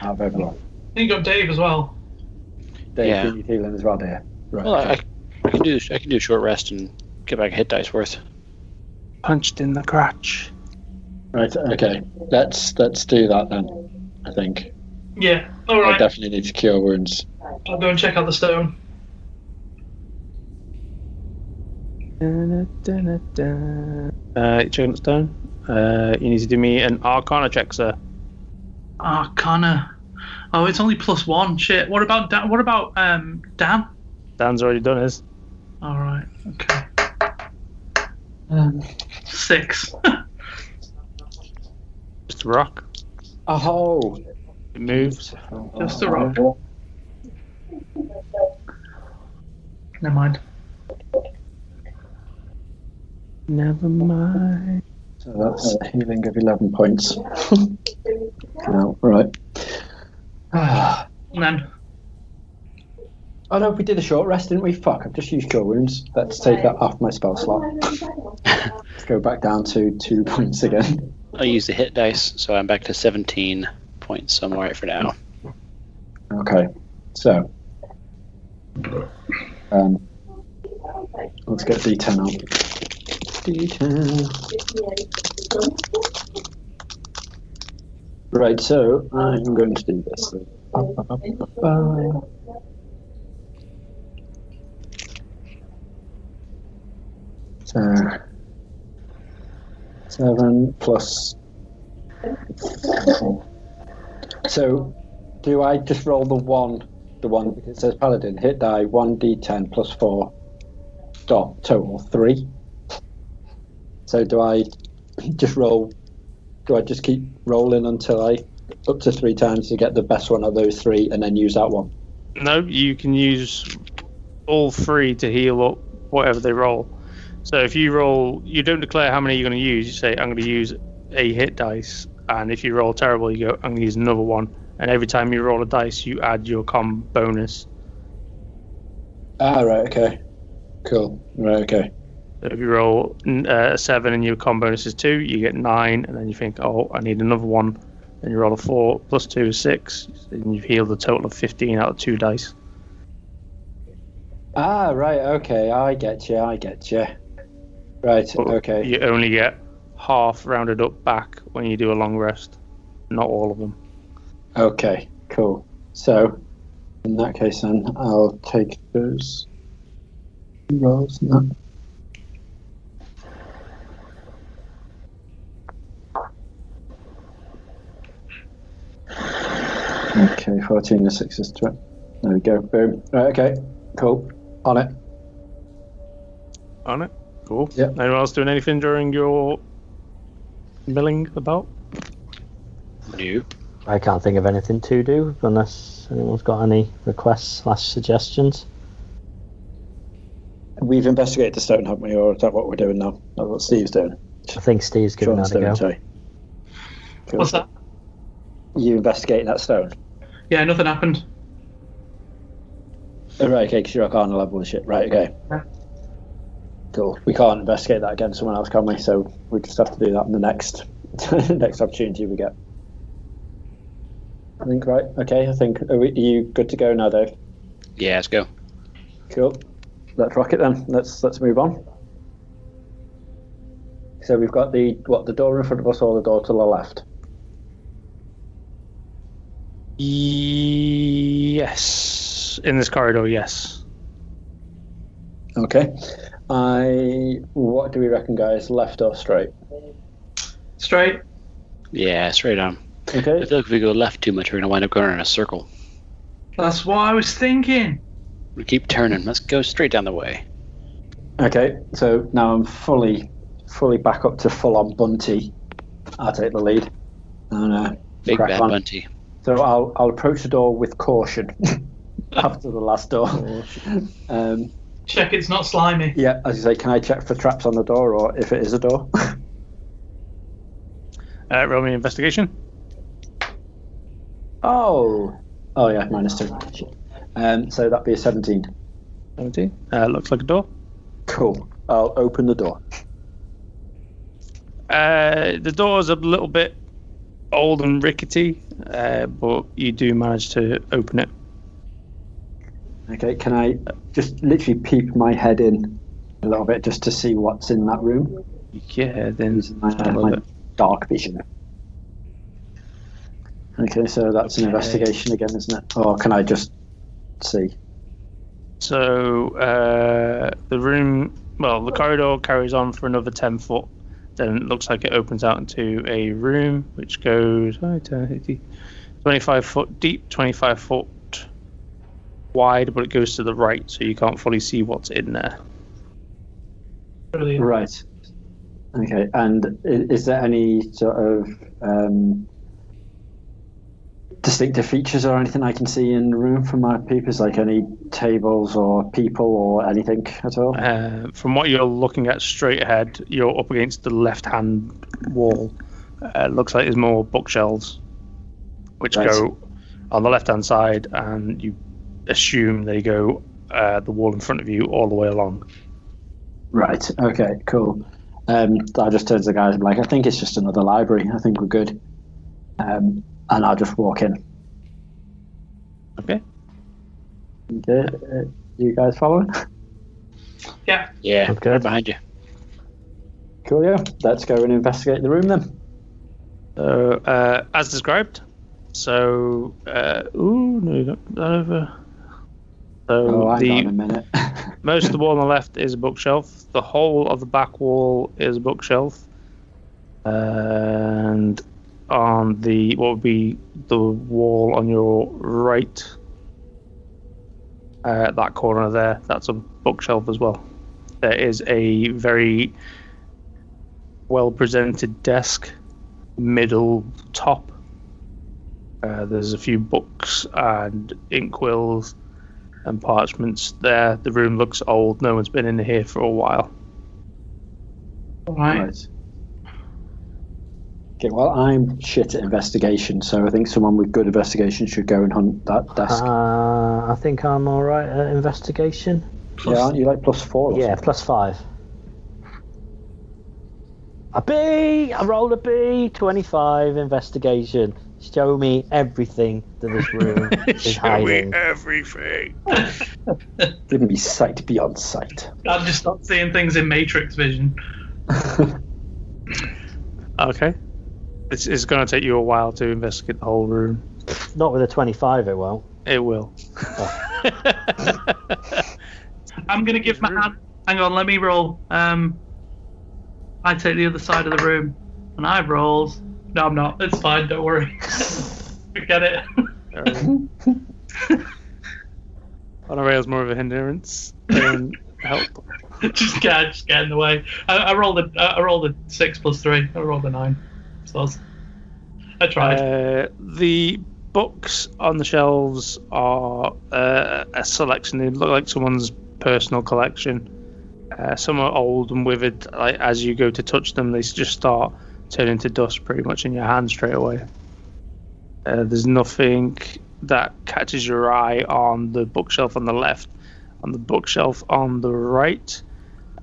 [SPEAKER 2] Out of everyone,
[SPEAKER 5] I think of Dave as well.
[SPEAKER 2] Dave,
[SPEAKER 1] Yeah.
[SPEAKER 2] you need healing as well, dear. Right.
[SPEAKER 1] Well,
[SPEAKER 2] okay.
[SPEAKER 1] I, I can do I can do a short rest and get back a hit dice worth.
[SPEAKER 3] Punched in the crotch.
[SPEAKER 2] Right. Okay. Let's let's do that then. I think
[SPEAKER 5] Yeah. All
[SPEAKER 2] I
[SPEAKER 5] right.
[SPEAKER 2] definitely need to cure wounds.
[SPEAKER 5] I'll go and check out the stone.
[SPEAKER 3] Uh, James Stone, uh, you need to do me an Arcana check, sir.
[SPEAKER 5] Arcana. Ah, Oh, it's only plus one. Shit. What about da- what about um Dan?
[SPEAKER 3] Dan's already done his.
[SPEAKER 5] All right. Okay.
[SPEAKER 2] Um,
[SPEAKER 5] Six.
[SPEAKER 3] Just a rock.
[SPEAKER 2] oh.
[SPEAKER 3] It moves.
[SPEAKER 5] Just a rock. Never mind.
[SPEAKER 3] Never mind.
[SPEAKER 2] So that's healing of eleven points. no, right. Ah.
[SPEAKER 5] And then
[SPEAKER 2] Oh no, we did a short rest, didn't we? Fuck, I've just used cure wounds. Let's take that off my spell slot. Let's go back down to two points again.
[SPEAKER 1] I use the hit dice, so I'm back to 17 points. So I'm all right for now.
[SPEAKER 2] Okay, so um, let's get D10 out. D10. Right, so I'm going to do this. Ba-ba-ba-ba-ba. So Uh, seven plus. So do I just roll the one, the one it says paladin hit die one d10 plus four, dot total three. So do I just roll? Do I just keep rolling until I up to three times to get the best one of those three, and then use that one?
[SPEAKER 3] No, you can use all three to heal up whatever they roll. So if you roll, you don't declare how many you're going to use. You say, I'm going to use a hit dice. And if you roll terrible, you go, I'm going to use another one. And every time you roll a dice, you add your com bonus.
[SPEAKER 2] Ah, right, okay, cool, right, okay,
[SPEAKER 3] So if you roll n- uh, a seven and your com bonus is two, you get nine, and then you think, oh, I need another one. And you roll a four plus two is six, and you've healed a total of fifteen out of two dice.
[SPEAKER 2] ah, right, okay, I get you, I get you, right,
[SPEAKER 3] But
[SPEAKER 2] okay,
[SPEAKER 3] You only get half rounded up back when you do a long rest, not all of them.
[SPEAKER 2] okay, cool. So, in that case, then I'll take those rolls now. Okay, 14 to 6 is tw- There we go. Boom. Right, okay. Cool. On it.
[SPEAKER 3] On it. Cool.
[SPEAKER 2] Yep.
[SPEAKER 3] Anyone else doing anything during your milling about?
[SPEAKER 1] Nope.
[SPEAKER 4] I can't think of anything to do unless anyone's got any requests slash suggestions.
[SPEAKER 2] We've investigated the stone, haven't we? Or is that what we're doing now? That's what Steve's doing.
[SPEAKER 4] I think Steve's giving
[SPEAKER 2] Sean's
[SPEAKER 4] that a
[SPEAKER 2] doing,
[SPEAKER 4] go.
[SPEAKER 2] sorry. Cool.
[SPEAKER 5] what's that?
[SPEAKER 2] You investigating that stone?
[SPEAKER 5] Yeah, nothing happened.
[SPEAKER 2] Oh, right, okay, because you're on a level and shit. Right, okay.
[SPEAKER 5] Yeah.
[SPEAKER 2] Cool. We can't investigate that against someone else, can we? So we just have to do that in the next next opportunity we get. I think right. Okay, I think are, we, are you good to go now, Dave?
[SPEAKER 1] Yeah, let's go.
[SPEAKER 2] Cool. Let's rock it then. Let's let's move on. So we've got the what the door in front of us or the door to the left.
[SPEAKER 3] Yes. In this corridor, yes.
[SPEAKER 2] Okay. I what do we reckon, guys? Left or straight?
[SPEAKER 5] Straight.
[SPEAKER 1] Yeah, straight on. I
[SPEAKER 2] Okay.
[SPEAKER 1] feel like if we go left too much, we're gonna wind up going in a circle.
[SPEAKER 5] That's what I was thinking.
[SPEAKER 1] We keep turning. Let's go straight down the way.
[SPEAKER 2] Okay, so now I'm fully, fully back up to full on Bunty. I'll take the lead. And, uh,
[SPEAKER 1] Big
[SPEAKER 2] crack
[SPEAKER 1] bad
[SPEAKER 2] on.
[SPEAKER 1] bunty.
[SPEAKER 2] So I'll, I'll approach the door with caution after the last door. Um,
[SPEAKER 5] Check it's not slimy.
[SPEAKER 2] yeah, as you say, can I check for traps on the door or if it is a door?
[SPEAKER 3] Uh, roll me an investigation.
[SPEAKER 2] oh, oh yeah, minus two. Um, so that'd be a 17.
[SPEAKER 3] 17. Uh, looks like a door.
[SPEAKER 2] Cool. I'll open the door.
[SPEAKER 3] Uh, the door's a little bit old and rickety, uh, but you do manage to open it.
[SPEAKER 2] Okay, can I just literally peep my head in a little bit just to see what's in that room?
[SPEAKER 3] Yeah, then
[SPEAKER 2] Using my,
[SPEAKER 3] I love
[SPEAKER 2] my
[SPEAKER 3] it.
[SPEAKER 2] dark vision. Okay, so that's an
[SPEAKER 3] Okay.
[SPEAKER 2] investigation again, isn't it? Or can I just see?
[SPEAKER 3] So uh, the room, well, the corridor carries on for another 10 foot. Then it looks like it opens out into a room which goes 25 foot deep, 25 foot wide, but it goes to the right, so you can't fully see what's in there.
[SPEAKER 5] Brilliant.
[SPEAKER 2] Right. Okay, and i- is there any sort of um, distinctive features or anything I can see in the room from my peepers? Like any tables or people or anything at all?
[SPEAKER 3] Uh, from what you're looking at straight ahead, you're up against the left hand wall. Uh, looks like there's more bookshelves, which
[SPEAKER 2] Right.
[SPEAKER 3] go on the left hand side, and you assume they go uh, the wall in front of you all the way along.
[SPEAKER 2] Right. Okay. Cool. Um, I just turn to the guys. I'm like, I think it's just another library. I think we're good. Um, and I'll just walk in.
[SPEAKER 3] Okay.
[SPEAKER 2] Okay. Uh, you guys following?
[SPEAKER 5] Yeah.
[SPEAKER 1] Yeah,
[SPEAKER 4] Okay.
[SPEAKER 1] right behind you.
[SPEAKER 2] Cool. Yeah. Let's go and investigate the room then.
[SPEAKER 3] So, uh, as described, so, uh, ooh, no, not that over. So,
[SPEAKER 2] Oh, hang
[SPEAKER 3] the
[SPEAKER 2] on a minute.
[SPEAKER 3] Most of the wall on the left is a bookshelf. The whole of the back wall is a bookshelf. And on the what would be the wall on your right, uh, that corner there, that's a bookshelf as well. There is a very well presented desk, middle top. Uh, there's a few books and inkwells and parchments there. The room looks old. No one's been in here for a while.
[SPEAKER 5] All right.
[SPEAKER 2] Right. Okay. Well, I'm shit at investigation, so I think someone with good investigation should go and hunt that desk.
[SPEAKER 4] Uh, I think I'm all right at investigation.
[SPEAKER 2] yeah. Aren't you like plus four? or
[SPEAKER 4] Yeah, plus five. A B! I rolled a B! 25 investigation. Show me everything that this room is hiding.
[SPEAKER 3] everything.
[SPEAKER 2] something? Give me sight beyond sight.
[SPEAKER 5] I'm just not seeing things in Matrix vision.
[SPEAKER 3] Okay. It's, it's going to take you a while to investigate the whole room.
[SPEAKER 4] Not with a 25, it won't.
[SPEAKER 3] It will.
[SPEAKER 5] I'm gonna give
[SPEAKER 3] Mm-hmm.
[SPEAKER 5] my hand. Hang on, let me roll. Um, I take the other side of the room, and I roll. No, I'm not. It's fine. Don't worry. Forget it.
[SPEAKER 3] On a rail's more of a hindrance than help.
[SPEAKER 5] just get, just get in the way. I, I rolled a, I rolled a six plus three. I rolled a nine. So I, was- I tried.
[SPEAKER 3] Uh, the books on the shelves are uh, a selection. They look like someone's personal collection. Uh, some are old and withered. Like as you go to touch them, they s- just start turning to dust pretty much in your hand straight away. Uh, there's nothing that catches your eye on the bookshelf on the left. On the bookshelf on the right,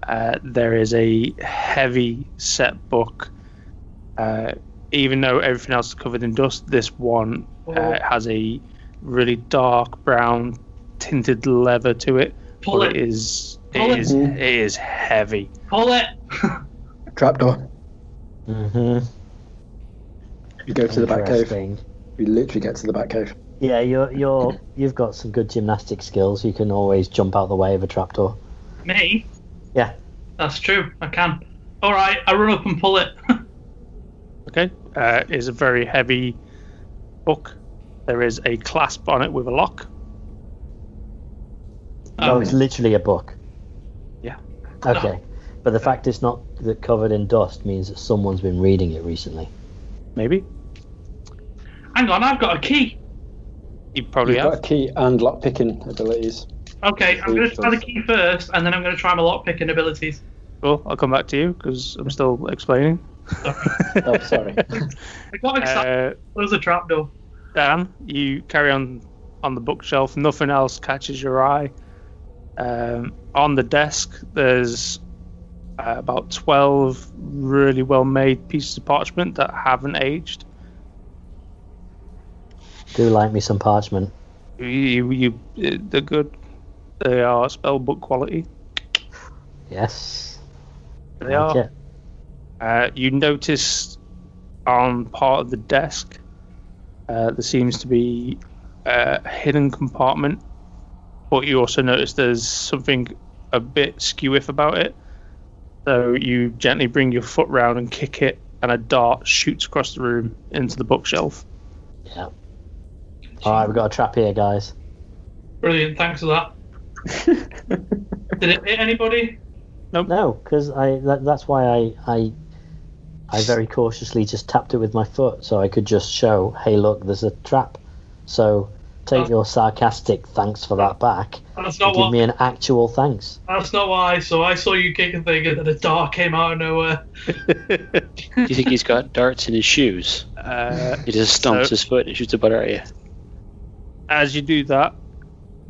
[SPEAKER 3] uh, there is a heavy set book. Uh, even though everything else is covered in dust, this one uh, has a really dark brown tinted leather to it.
[SPEAKER 5] Pull
[SPEAKER 3] but
[SPEAKER 5] it.
[SPEAKER 3] it is
[SPEAKER 5] Pull
[SPEAKER 3] it
[SPEAKER 5] it.
[SPEAKER 3] is it is heavy.
[SPEAKER 5] Pull it.
[SPEAKER 2] Trapdoor.
[SPEAKER 4] Mm-hmm.
[SPEAKER 2] You go to the back cave.
[SPEAKER 4] Interesting.
[SPEAKER 2] We literally get to the back cave.
[SPEAKER 4] Yeah, you're, you're, you've got some good gymnastic skills. You can always jump out the way of a trapdoor.
[SPEAKER 3] Oh,
[SPEAKER 5] Me.
[SPEAKER 4] Yeah.
[SPEAKER 5] That's true. I can. All right. I run up and pull it. Um,
[SPEAKER 3] Okay, uh, it is a very heavy book. There is a clasp on it with a lock.
[SPEAKER 4] Oh,
[SPEAKER 5] Um,
[SPEAKER 4] it's literally a book.
[SPEAKER 3] Yeah.
[SPEAKER 4] Okay. But the fact it's not that covered in dust means that someone's been reading it recently.
[SPEAKER 3] Maybe
[SPEAKER 5] hang on. I've got a key.
[SPEAKER 3] you probably
[SPEAKER 2] You've
[SPEAKER 3] have.
[SPEAKER 2] got a key and lockpicking abilities.
[SPEAKER 5] Okay. I'm gonna
[SPEAKER 2] Please,
[SPEAKER 5] try the
[SPEAKER 2] please.
[SPEAKER 5] key first, and then I'm gonna try my lock picking abilities.
[SPEAKER 3] Well, I'll come back to you because I'm still explaining.
[SPEAKER 2] Oh, sorry.
[SPEAKER 5] I got excited.
[SPEAKER 3] Uh,
[SPEAKER 5] there was a trapdoor.
[SPEAKER 3] Dan, you carry on on the bookshelf. Nothing else catches your eye. Um, on the desk, there's uh, about 12 really well made pieces of parchment that haven't aged.
[SPEAKER 4] Do like me some parchment.
[SPEAKER 3] You, you, you, they're good. They are spell book quality.
[SPEAKER 4] Yes.
[SPEAKER 3] They
[SPEAKER 4] like
[SPEAKER 3] are.
[SPEAKER 4] it.
[SPEAKER 3] Uh, you notice on part of the desk uh, there seems to be a hidden compartment, but you also notice there's something a bit skewiff about it. So you gently bring your foot round and kick it, and a dart shoots across the room into the bookshelf.
[SPEAKER 4] Yeah. All right, we've got a trap here, guys.
[SPEAKER 5] Brilliant. Thanks for that. Did it hit anybody?
[SPEAKER 4] No, because I that, that's why I, I I very cautiously just tapped it with my foot so I could just show, hey, look, there's a trap. So take
[SPEAKER 5] Oh.
[SPEAKER 4] your sarcastic thanks for that back.
[SPEAKER 5] That's
[SPEAKER 4] and
[SPEAKER 5] not
[SPEAKER 4] give
[SPEAKER 5] what.
[SPEAKER 4] me an actual thanks.
[SPEAKER 5] That's not what I saw. I saw you kick a thing, and then a dart came out of nowhere.
[SPEAKER 1] Do you think he's got darts in his shoes?
[SPEAKER 3] Uh,
[SPEAKER 1] He just stomps
[SPEAKER 3] So-
[SPEAKER 1] his foot and shoots a butt at you.
[SPEAKER 3] as you do that,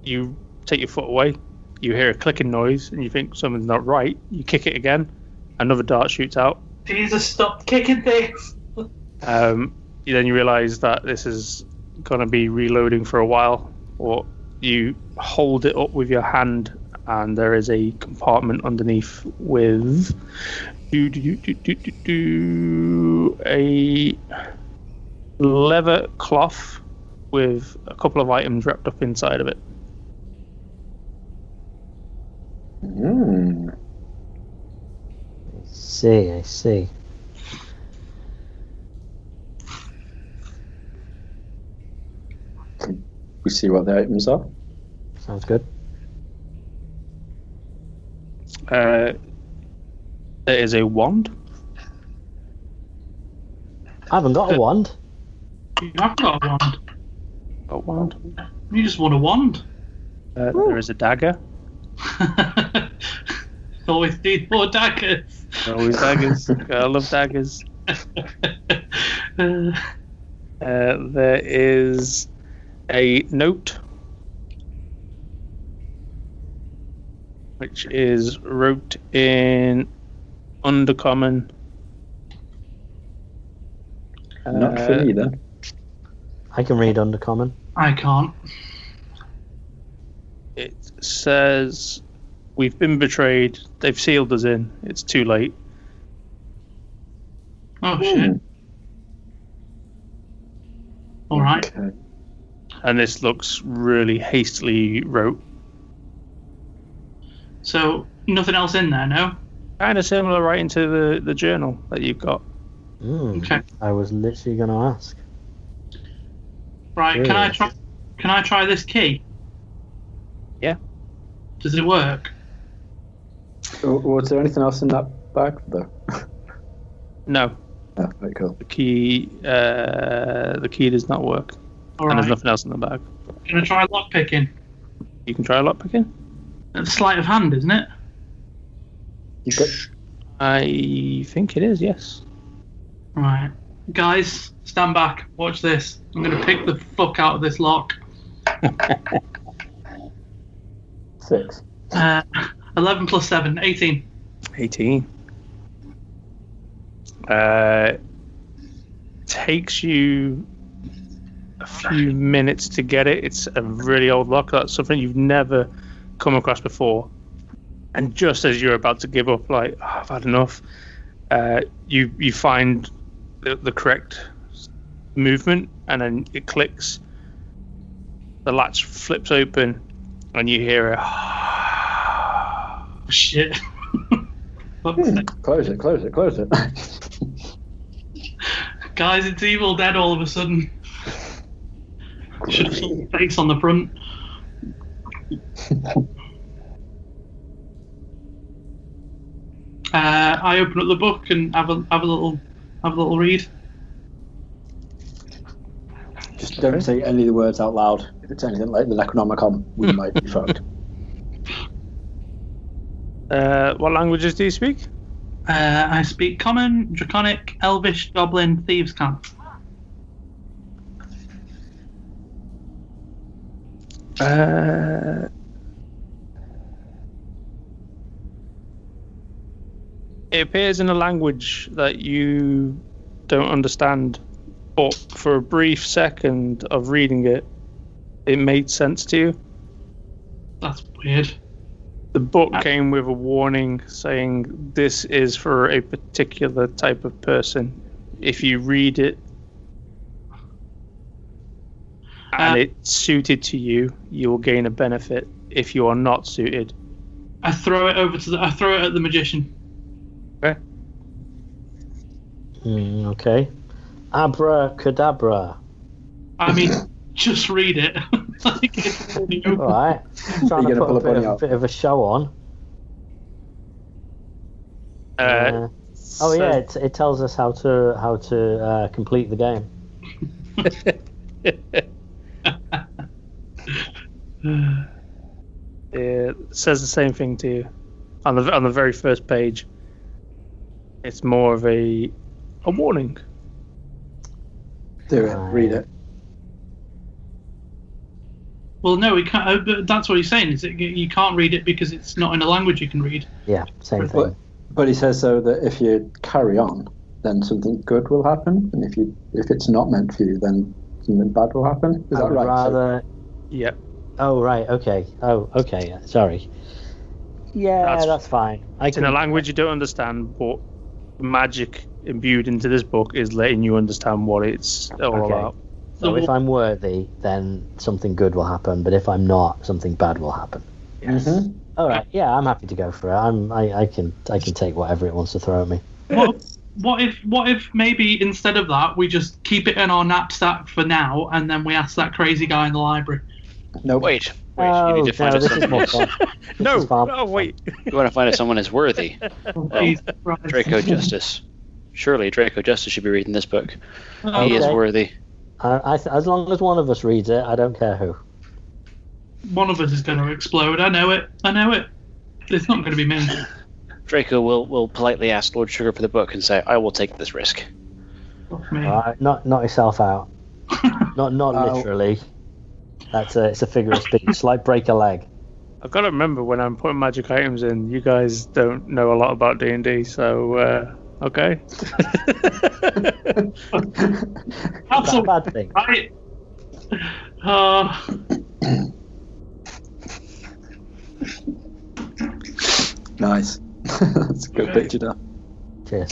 [SPEAKER 3] you take your foot away. You hear a clicking noise, and you think something's not right. You kick it again. Another dart shoots out.
[SPEAKER 5] Jesus, stop kicking things.
[SPEAKER 3] Um, you- then you realize that this is going to be reloading for a while, or you hold it up with your hand, and there is a compartment underneath with do, do, do, do, do, do, do, a leather cloth with a couple of items wrapped up inside of it.
[SPEAKER 5] Hmm.
[SPEAKER 2] Mm.
[SPEAKER 4] See, I see.
[SPEAKER 2] We see what the items are.
[SPEAKER 4] Sounds good.
[SPEAKER 3] Uh, it is a wand.
[SPEAKER 4] I haven't got a wand.
[SPEAKER 5] You have got a wand.
[SPEAKER 3] A wand.
[SPEAKER 5] You just want a wand.
[SPEAKER 3] Uh, there is a dagger.
[SPEAKER 5] Always need more daggers.
[SPEAKER 3] There are Always daggers. I love daggers.
[SPEAKER 5] Uh,
[SPEAKER 3] Uh, there is a note, which is wrote in Undercommon.
[SPEAKER 2] Not for
[SPEAKER 3] Uh,
[SPEAKER 2] me then.
[SPEAKER 4] I can read Undercommon.
[SPEAKER 5] I can't.
[SPEAKER 3] It says, "We've been betrayed. They've sealed us in. It's too late."
[SPEAKER 5] Oh
[SPEAKER 2] Hmm.
[SPEAKER 5] shit. All right.
[SPEAKER 2] Okay.
[SPEAKER 3] And this looks really hastily wrote.
[SPEAKER 5] So nothing else in there, no.
[SPEAKER 3] Kind of similar writing to the, the journal that you've got.
[SPEAKER 4] Mm,
[SPEAKER 5] Okay.
[SPEAKER 4] I was literally going to ask.
[SPEAKER 5] Right. Can I
[SPEAKER 4] Yeah.
[SPEAKER 5] try? Can I try this key?
[SPEAKER 3] Yeah.
[SPEAKER 5] Does it work?
[SPEAKER 2] W- Oh, Was there anything else in that bag though?
[SPEAKER 3] No,
[SPEAKER 2] Oh, very cool.
[SPEAKER 3] the key uh, the key does not work,
[SPEAKER 5] All right.
[SPEAKER 3] and there's nothing else in the bag.
[SPEAKER 5] Can I try lockpicking?
[SPEAKER 3] You can try lockpicking.
[SPEAKER 5] That's sleight of hand, isn't it?
[SPEAKER 2] You got
[SPEAKER 3] I think it is, yes.
[SPEAKER 5] Right. Guys, stand back. Watch this. I'm gonna pick the fuck out of this lock.
[SPEAKER 2] six.
[SPEAKER 5] Uh, 11 plus 7, 18.
[SPEAKER 3] 18. Uh, takes you a few minutes to get it. It's a really old lock. That's something you've never come across before. And just as you're about to give up, like, "Oh, I've had enough, uh, you, you find the, the correct movement and then it clicks. The latch flips open and you hear a.
[SPEAKER 5] Shit. Fuck's
[SPEAKER 2] Hmm.
[SPEAKER 5] sake.
[SPEAKER 2] Close it, close it, close it.
[SPEAKER 5] Guys, it's Evil Dead all of a sudden. Should have saw the face on the front. Uh, I open up the book and have a have a little have a little read.
[SPEAKER 2] Just don't say any of the words out loud. If it's anything like the Necronomicon, we might be fucked.
[SPEAKER 3] Uh, what languages do you speak?
[SPEAKER 5] Uh, I speak Common, Draconic, Elvish, Goblin, Thieves' Camp.
[SPEAKER 3] Uh, It appears in a language that you don't understand, but for a brief second of reading it, it made sense to you.
[SPEAKER 5] That's weird.
[SPEAKER 3] The book came with a warning saying this is for a particular type of person. If you read it and
[SPEAKER 5] Uh,
[SPEAKER 3] it's suited to you, you will gain a benefit. If you are not suited,
[SPEAKER 5] I throw it over to the. I throw it at the magician.
[SPEAKER 4] Mm, okay. Abracadabra.
[SPEAKER 5] I mean, just read it. like, it's all you.
[SPEAKER 4] All right.
[SPEAKER 2] Are
[SPEAKER 4] Trying
[SPEAKER 2] you
[SPEAKER 4] to
[SPEAKER 2] gonna
[SPEAKER 4] put
[SPEAKER 2] pull a
[SPEAKER 4] a bit,
[SPEAKER 2] bunny
[SPEAKER 4] of,
[SPEAKER 2] out?
[SPEAKER 4] bit of a show on.
[SPEAKER 3] uh,
[SPEAKER 4] Uh, oh
[SPEAKER 3] so-
[SPEAKER 4] yeah, it, it tells us how to how to uh, complete the game.
[SPEAKER 3] it says the same thing to you on the on the very first page. It's more of a a warning.
[SPEAKER 2] Do it.
[SPEAKER 4] Right.
[SPEAKER 2] Read it.
[SPEAKER 5] well, no, we can't. Uh, but that's what he's saying. Is that you can't read it because it's not in a language you can read.
[SPEAKER 4] Yeah, same
[SPEAKER 2] But,
[SPEAKER 4] thing.
[SPEAKER 2] but he says though that if you carry on, then something good will happen, and if you if it's not meant for you, then something bad will happen. Is
[SPEAKER 4] I
[SPEAKER 2] that
[SPEAKER 4] would
[SPEAKER 2] right? So-
[SPEAKER 4] rather
[SPEAKER 3] Yep.
[SPEAKER 4] Oh right, okay. Oh okay. Sorry. Yeah,
[SPEAKER 3] That's-
[SPEAKER 4] that's, fine. I
[SPEAKER 3] It's in
[SPEAKER 4] can.
[SPEAKER 3] a language you don't understand, but magic imbued into this book is letting you understand what it's all
[SPEAKER 4] Okay.
[SPEAKER 3] about.
[SPEAKER 4] So if I'm worthy, then something good will happen. But if I'm not, something bad will happen.
[SPEAKER 2] Mhm.
[SPEAKER 4] All right. Yeah, I'm happy to go for it. I'm. I, I can. I can take whatever it wants to throw at me.
[SPEAKER 5] what, what if what if maybe instead of that we just keep it in our knapsack for now and then we ask that crazy guy in the library
[SPEAKER 2] Nope.
[SPEAKER 1] Wait, wait. you need to find
[SPEAKER 4] Oh,
[SPEAKER 1] us
[SPEAKER 4] no, this is
[SPEAKER 1] someone.
[SPEAKER 4] more
[SPEAKER 1] who's-
[SPEAKER 4] fun. This
[SPEAKER 3] No,
[SPEAKER 4] is far-
[SPEAKER 3] oh wait.
[SPEAKER 1] You want to find us someone who's worthy.
[SPEAKER 5] Oh, Jesus Christ.
[SPEAKER 1] Draco Justice. Surely Draco Justice should be reading this book.
[SPEAKER 5] Oh,
[SPEAKER 1] He is
[SPEAKER 4] Okay.
[SPEAKER 1] worthy.
[SPEAKER 4] I, I th- as long as one of us reads it, I don't care who.
[SPEAKER 5] one of us is going to explode i know it i know it it's not going to be me
[SPEAKER 1] Draco will, will politely ask Lord Sugar for the book and say, I will take this risk.
[SPEAKER 5] Fuck me.
[SPEAKER 4] All right, not not yourself out.
[SPEAKER 1] Ah.
[SPEAKER 4] Not not
[SPEAKER 2] Oh.
[SPEAKER 4] literally. That's a. It's a figure of speech. like break a leg.
[SPEAKER 3] I've got to remember when I'm putting magic items in. You guys don't know a lot about D and D, so uh, okay.
[SPEAKER 5] that's
[SPEAKER 2] mm-hmm.
[SPEAKER 4] That's
[SPEAKER 5] all
[SPEAKER 4] a bad thing.
[SPEAKER 5] right uh,
[SPEAKER 2] Nice. That's a good
[SPEAKER 5] Okay.
[SPEAKER 2] picture. Dan.
[SPEAKER 4] Cheers.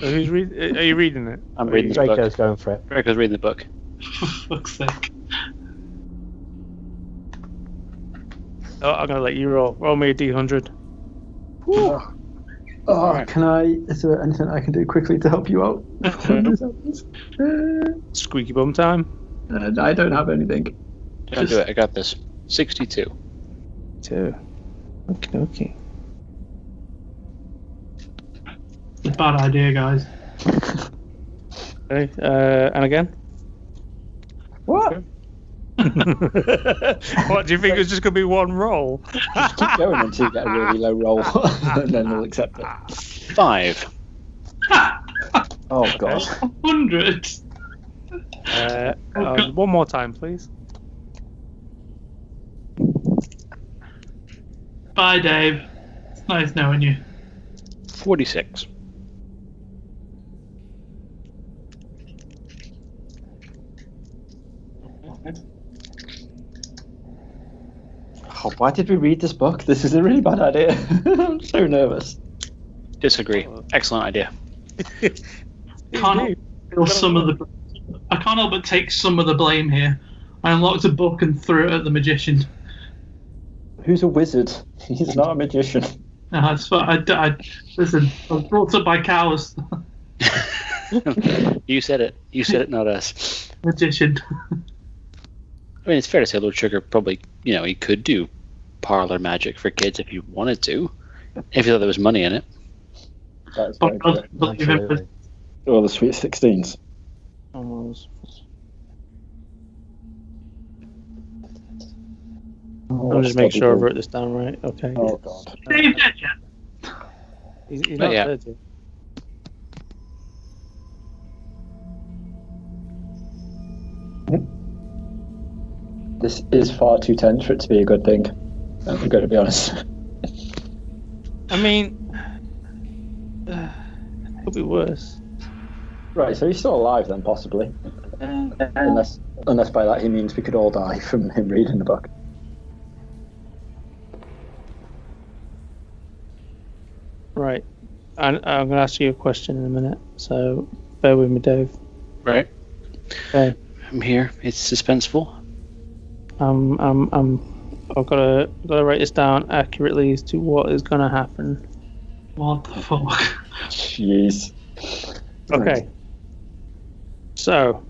[SPEAKER 3] So who's read- are you reading it?
[SPEAKER 1] I'm reading the book.
[SPEAKER 4] Draco's going for it.
[SPEAKER 1] Draco's reading the book.
[SPEAKER 5] for fuck's sake
[SPEAKER 3] Oh, I'm gonna let you roll. Roll me a d100.
[SPEAKER 2] Oh, Oh, can I? Is there anything I can do quickly to help you out? Uh,
[SPEAKER 3] Squeaky bum time.
[SPEAKER 2] I don't have anything.
[SPEAKER 1] Don't do it. I got this. 62.
[SPEAKER 6] Two. Okay, okay.
[SPEAKER 5] it's a bad idea guys
[SPEAKER 3] Okay. Uh, and again.
[SPEAKER 2] What?
[SPEAKER 3] what do you think? It's just gonna be one roll.
[SPEAKER 2] Keep going until you get a really low roll, and then they'll accept it.
[SPEAKER 1] Five.
[SPEAKER 2] Oh god.
[SPEAKER 5] 100
[SPEAKER 3] Uh, um, one more time, please.
[SPEAKER 5] bye dave it's nice knowing you
[SPEAKER 1] 46.
[SPEAKER 2] Oh, why did we read this book? This is a really bad idea. I'm so nervous.
[SPEAKER 1] Disagree. Excellent idea.
[SPEAKER 5] Can't help but feel some of the. I can't help but take some of the blame here. I unlocked a book and threw it at the magician.
[SPEAKER 2] Who's a wizard? He's not a magician.
[SPEAKER 5] No, Uh, I, swear- I, I- listen. I was brought up by cows.
[SPEAKER 1] you said it. You said it, not us.
[SPEAKER 5] magician.
[SPEAKER 1] I mean, it's fair to say Lord Sugar probably, you know, he could do parlor magic for kids if he wanted to, if he thought there was money in it.
[SPEAKER 2] That's
[SPEAKER 5] But
[SPEAKER 2] very
[SPEAKER 5] I
[SPEAKER 3] Oh,
[SPEAKER 2] good.
[SPEAKER 5] don't believe it was-
[SPEAKER 4] Absolutely.
[SPEAKER 2] Or the sweet sixteens.
[SPEAKER 6] Almost.
[SPEAKER 3] I'll just make sure I wrote this down right. Okay.
[SPEAKER 2] Oh god.
[SPEAKER 5] Dave did ya?
[SPEAKER 3] He's, he's
[SPEAKER 1] Not
[SPEAKER 3] not
[SPEAKER 1] yet.
[SPEAKER 3] dead yet.
[SPEAKER 2] This is Uh, far too tense for it to be a good thing. I'm going to be honest.
[SPEAKER 3] I mean, Could be worse.
[SPEAKER 2] Right, so he's still alive then, possibly. Unless, unless by that he means we could all die from him reading the book.
[SPEAKER 3] Right. I, I'm going to ask you a question in a minute, so bear with me, Dave.
[SPEAKER 1] Right.
[SPEAKER 3] Okay.
[SPEAKER 1] I'm here. It's suspenseful.
[SPEAKER 3] Um, um, um, I've got to got to write this down accurately as to what is going to happen.
[SPEAKER 5] What the fuck?
[SPEAKER 2] Jeez.
[SPEAKER 3] Okay. So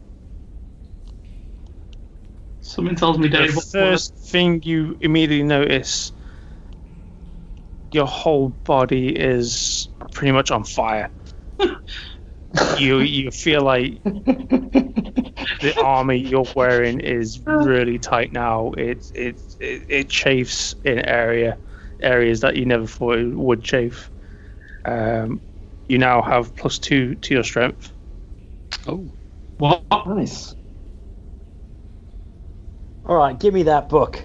[SPEAKER 5] Something tells me Dave.
[SPEAKER 3] the
[SPEAKER 5] what- what-
[SPEAKER 3] first thing you immediately notice, your whole body is pretty much on fire. you you feel like the armor you're wearing is really tight now. It it it, it chafes in area areas that you never thought it would chafe. Um, you now have plus two to your strength.
[SPEAKER 1] Oh.
[SPEAKER 5] What?
[SPEAKER 2] Nice.
[SPEAKER 4] All right, give me that book.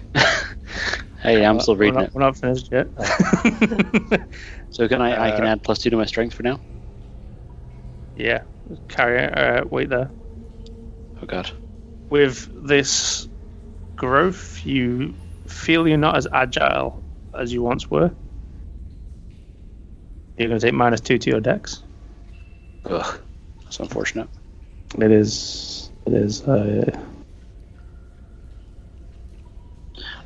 [SPEAKER 1] Hey, I'm still
[SPEAKER 3] We're
[SPEAKER 1] reading
[SPEAKER 3] not-
[SPEAKER 1] it.
[SPEAKER 3] We're not finished yet.
[SPEAKER 1] So can I? I can
[SPEAKER 3] Uh,
[SPEAKER 1] add plus two to my strength for now.
[SPEAKER 3] yeah, carry uh, wait there.
[SPEAKER 1] Oh god.
[SPEAKER 3] with this growth, you feel you're not as agile as you once were. You're going to take minus two to your dex.
[SPEAKER 1] Ugh. That's unfortunate.
[SPEAKER 3] It is. It is. Uh,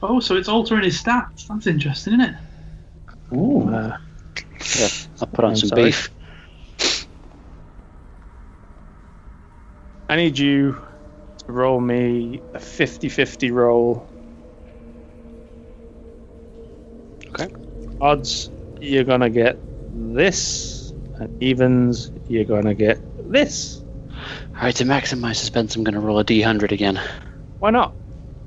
[SPEAKER 5] Oh, so it's altering his stats. That's interesting, isn't it?
[SPEAKER 2] Ooh.
[SPEAKER 3] uh,
[SPEAKER 1] I'll put on
[SPEAKER 3] I'm
[SPEAKER 1] some
[SPEAKER 3] sorry.
[SPEAKER 1] beef.
[SPEAKER 3] I need you to roll me a 50 50 roll.
[SPEAKER 1] Okay.
[SPEAKER 3] Odds, you're going to get this. And evens, you're going to get this.
[SPEAKER 1] All right, to maximize suspense, I'm going to roll a d100 again.
[SPEAKER 3] Why not?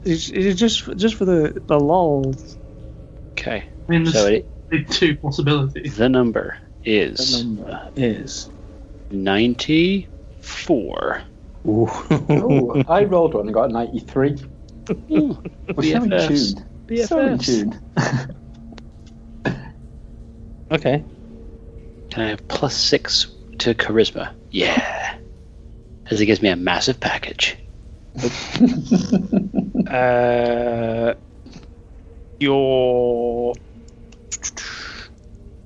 [SPEAKER 3] It's, it's just just for the, the lol.
[SPEAKER 1] Okay.
[SPEAKER 5] I mean, there's
[SPEAKER 1] So it,
[SPEAKER 5] only two possibilities.
[SPEAKER 1] the number is
[SPEAKER 3] number is.
[SPEAKER 1] 94.
[SPEAKER 2] Ooh, I rolled one and got a 93.
[SPEAKER 3] Hmm.
[SPEAKER 1] Ooh,
[SPEAKER 2] We're so in
[SPEAKER 1] BFFs.
[SPEAKER 2] tune. So in tune.
[SPEAKER 3] Okay.
[SPEAKER 1] Can I have plus six to charisma? Yeah. As it gives me a massive package.
[SPEAKER 3] Uh, your your,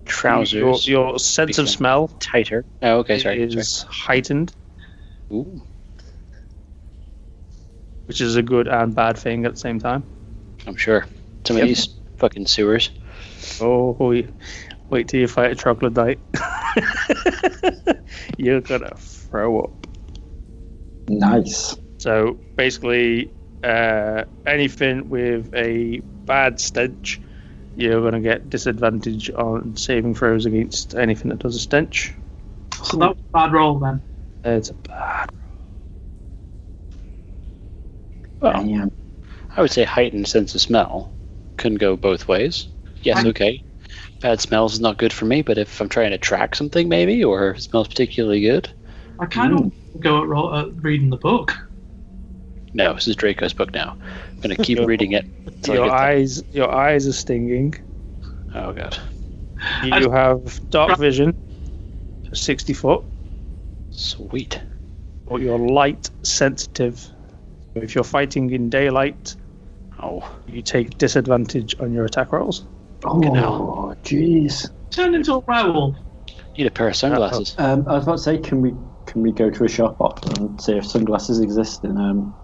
[SPEAKER 1] Trousers.
[SPEAKER 3] your sense of
[SPEAKER 1] Big
[SPEAKER 3] smell
[SPEAKER 1] tighter. Oh, okay, sorry. sorry.
[SPEAKER 3] is heightened,
[SPEAKER 1] Ooh,
[SPEAKER 3] which is a good and bad thing at the same time.
[SPEAKER 1] I'm sure. Some of these fucking sewers.
[SPEAKER 3] Oh, wait, wait till you fight a troglodyte. You're gonna throw up.
[SPEAKER 2] nice.
[SPEAKER 3] So basically, uh, anything with a bad stench, you're going to get disadvantage on saving throws against anything that does a stench.
[SPEAKER 5] So that was a bad roll then.
[SPEAKER 3] Uh, it's a bad.
[SPEAKER 1] Well,
[SPEAKER 2] Damn.
[SPEAKER 1] I would say heightened sense of smell can go both ways. Yes,
[SPEAKER 5] I-
[SPEAKER 1] okay. Bad smells is not good for me, but if I'm trying to track something, maybe, or if it smells particularly good.
[SPEAKER 5] I kind of go at, roll, at reading the book.
[SPEAKER 1] No, this is Draco's book now. I'm going to keep reading it. until I
[SPEAKER 3] Your
[SPEAKER 1] get there.
[SPEAKER 3] eyes, your eyes are stinging.
[SPEAKER 1] Oh, God.
[SPEAKER 3] You have dark vision, sixty foot,
[SPEAKER 1] Sweet.
[SPEAKER 3] or you're light sensitive. If you're fighting in daylight,
[SPEAKER 1] Oh,
[SPEAKER 3] you take disadvantage on your attack rolls.
[SPEAKER 2] Oh, jeez.
[SPEAKER 5] Turned into a werewolf.
[SPEAKER 1] need a pair of sunglasses.
[SPEAKER 2] Um, I was about to say, can we can we go to a shop off and see if sunglasses exist in um,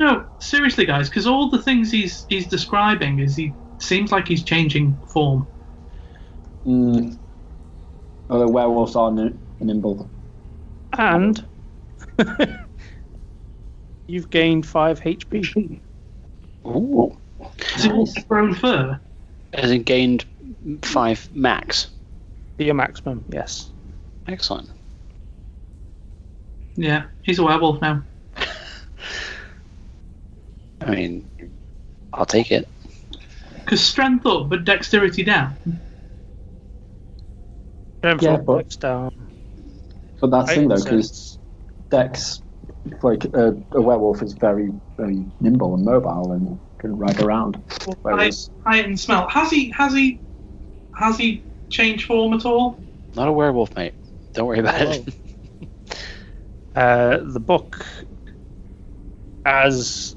[SPEAKER 5] No, seriously, guys, because all the things he's he's describing is he seems like he's changing form.
[SPEAKER 2] Mm. Although werewolves are nim- nimble.
[SPEAKER 3] And you've gained five HP.
[SPEAKER 1] Ooh.
[SPEAKER 5] Is it all grown fur?
[SPEAKER 1] As in gained five max.
[SPEAKER 3] Your maximum, yes.
[SPEAKER 1] Excellent.
[SPEAKER 5] Yeah, he's a werewolf now.
[SPEAKER 1] I mean, I'll take it.
[SPEAKER 5] Because strength up, but dexterity down.
[SPEAKER 3] Strength
[SPEAKER 2] Yeah,
[SPEAKER 3] up,
[SPEAKER 2] but-
[SPEAKER 3] dex down.
[SPEAKER 2] But that's the thing though,
[SPEAKER 3] Right, so-
[SPEAKER 2] because Dex, like uh, a werewolf, is very very nimble and mobile and can ride around. Whereas,
[SPEAKER 5] Heightened smell. Has he has he has he changed form at all?
[SPEAKER 1] Not a werewolf, mate. Don't worry about it.
[SPEAKER 3] Uh, the book, as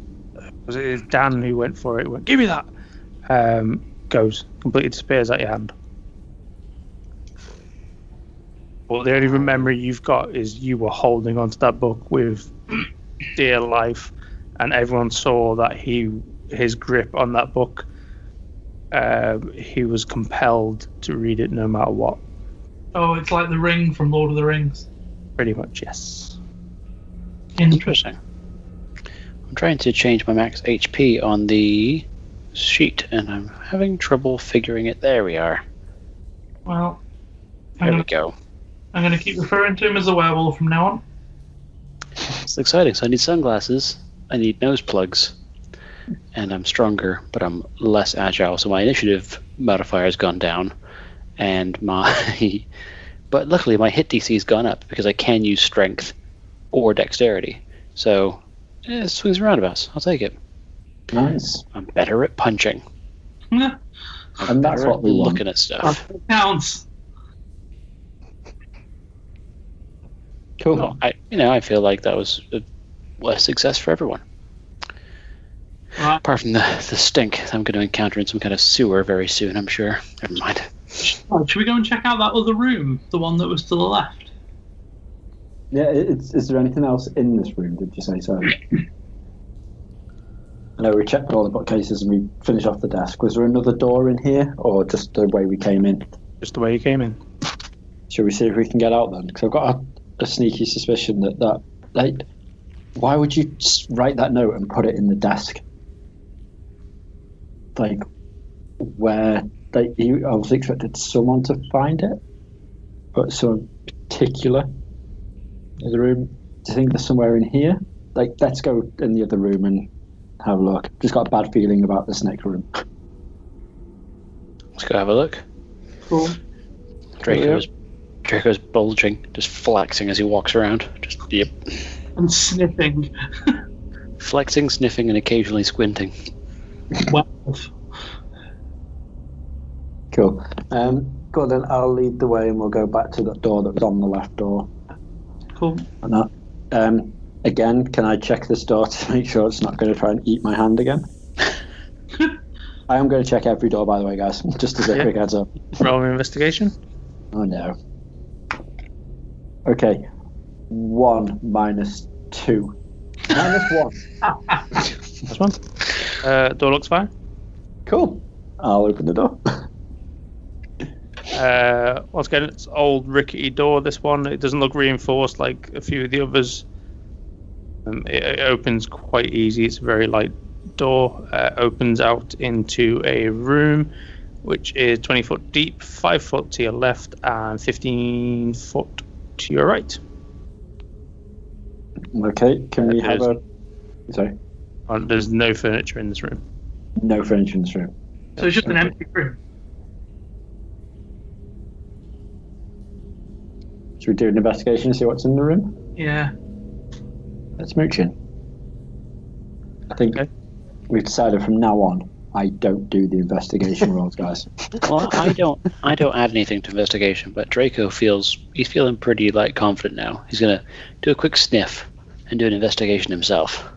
[SPEAKER 3] was it Dan who went for it, went, "Give me that." Um, goes completely disappears out your hand. But the only memory you've got is you were holding onto that book with dear life, and everyone saw that he his grip on that book. Um, he was compelled to read it no matter what.
[SPEAKER 5] Oh, it's like the ring from Lord of the Rings.
[SPEAKER 3] Pretty much, yes.
[SPEAKER 1] Interesting. I'm trying to change my max HP on the sheet, and I'm having trouble figuring it. There we are.
[SPEAKER 5] Well, I'm
[SPEAKER 1] There we
[SPEAKER 5] gonna,
[SPEAKER 1] go.
[SPEAKER 5] I'm gonna keep referring to him as a werewolf from now on.
[SPEAKER 1] It's exciting. So I need sunglasses. I need nose plugs, and I'm stronger, but I'm less agile. So my initiative modifier has gone down, and my but luckily my hit DC has gone up because I can use strength or dexterity. So eh, swings and roundabouts. I'll take it.
[SPEAKER 2] Nice.
[SPEAKER 1] I'm better at punching.
[SPEAKER 5] Yeah,
[SPEAKER 1] I'm
[SPEAKER 2] And that's
[SPEAKER 1] better
[SPEAKER 2] what
[SPEAKER 1] at
[SPEAKER 2] we want.
[SPEAKER 1] looking at stuff.
[SPEAKER 5] Counts.
[SPEAKER 2] Cool.
[SPEAKER 1] Well, I, you know, I feel like that was a, a success for everyone.
[SPEAKER 5] Right.
[SPEAKER 1] Apart from the, the stink that I'm going to encounter in some kind of sewer very soon, I'm sure. Never mind.
[SPEAKER 5] Oh, should we go and check out that other room, the one that was to the left?
[SPEAKER 2] Yeah, i- is, is there anything else in this room? Did you say so? No, we checked all the bookcases and we finished off the desk. Was there another door in here, or just the way we came in?
[SPEAKER 3] Just the way you came in.
[SPEAKER 2] Should we see if we can get out then? Because I've got a, a sneaky suspicion that that like, why would you s- write that note and put it in the desk? Like, where like you, I was expected someone to find it, but some particular in the room. Do you think there's somewhere in here? Like, let's go in the other room and have a look. Just got a bad feeling about this next room.
[SPEAKER 1] Let's go have a look.
[SPEAKER 5] Cool.
[SPEAKER 1] Draco's, Draco's bulging, just flexing as he walks around. Just, yep.
[SPEAKER 5] And sniffing.
[SPEAKER 1] Flexing, sniffing, and occasionally squinting.
[SPEAKER 5] Werewolf.
[SPEAKER 2] Cool. Um, go on then. I'll lead the way, and we'll go back to that door that was on the left door.
[SPEAKER 5] Cool.
[SPEAKER 2] And that, um, again, can I check this door to make sure it's not going to try and eat my hand again? I am going to check every door, by the way, guys. Just as a
[SPEAKER 3] Yeah.
[SPEAKER 2] quick heads up.
[SPEAKER 3] Roll an investigation.
[SPEAKER 2] Oh no. Okay, one minus two. Minus one.
[SPEAKER 3] That's one. Uh, door looks fine.
[SPEAKER 2] Cool. I'll open the door.
[SPEAKER 3] Uh, once again, it's old rickety door. This one, it doesn't look reinforced like a few of the others. Um, it, it opens quite easy. It's a very light door. Uh, opens out into a room, which is 20 foot deep, five foot to your left, and 15 foot to your right.
[SPEAKER 2] Okay, can we have a? Sorry,
[SPEAKER 3] And there's no furniture in this room.
[SPEAKER 2] no furniture in this room.
[SPEAKER 5] So it's just an empty room.
[SPEAKER 2] Should we do an investigation and see what's in the room?
[SPEAKER 5] Yeah.
[SPEAKER 2] Let's mooch in. I think
[SPEAKER 3] Okay.
[SPEAKER 2] we've decided from now on, I don't do the investigation rolls, guys.
[SPEAKER 1] Well, I don't, I don't add anything to investigation, but Draco feels he's feeling pretty like confident now. He's gonna do a quick sniff and do an investigation himself.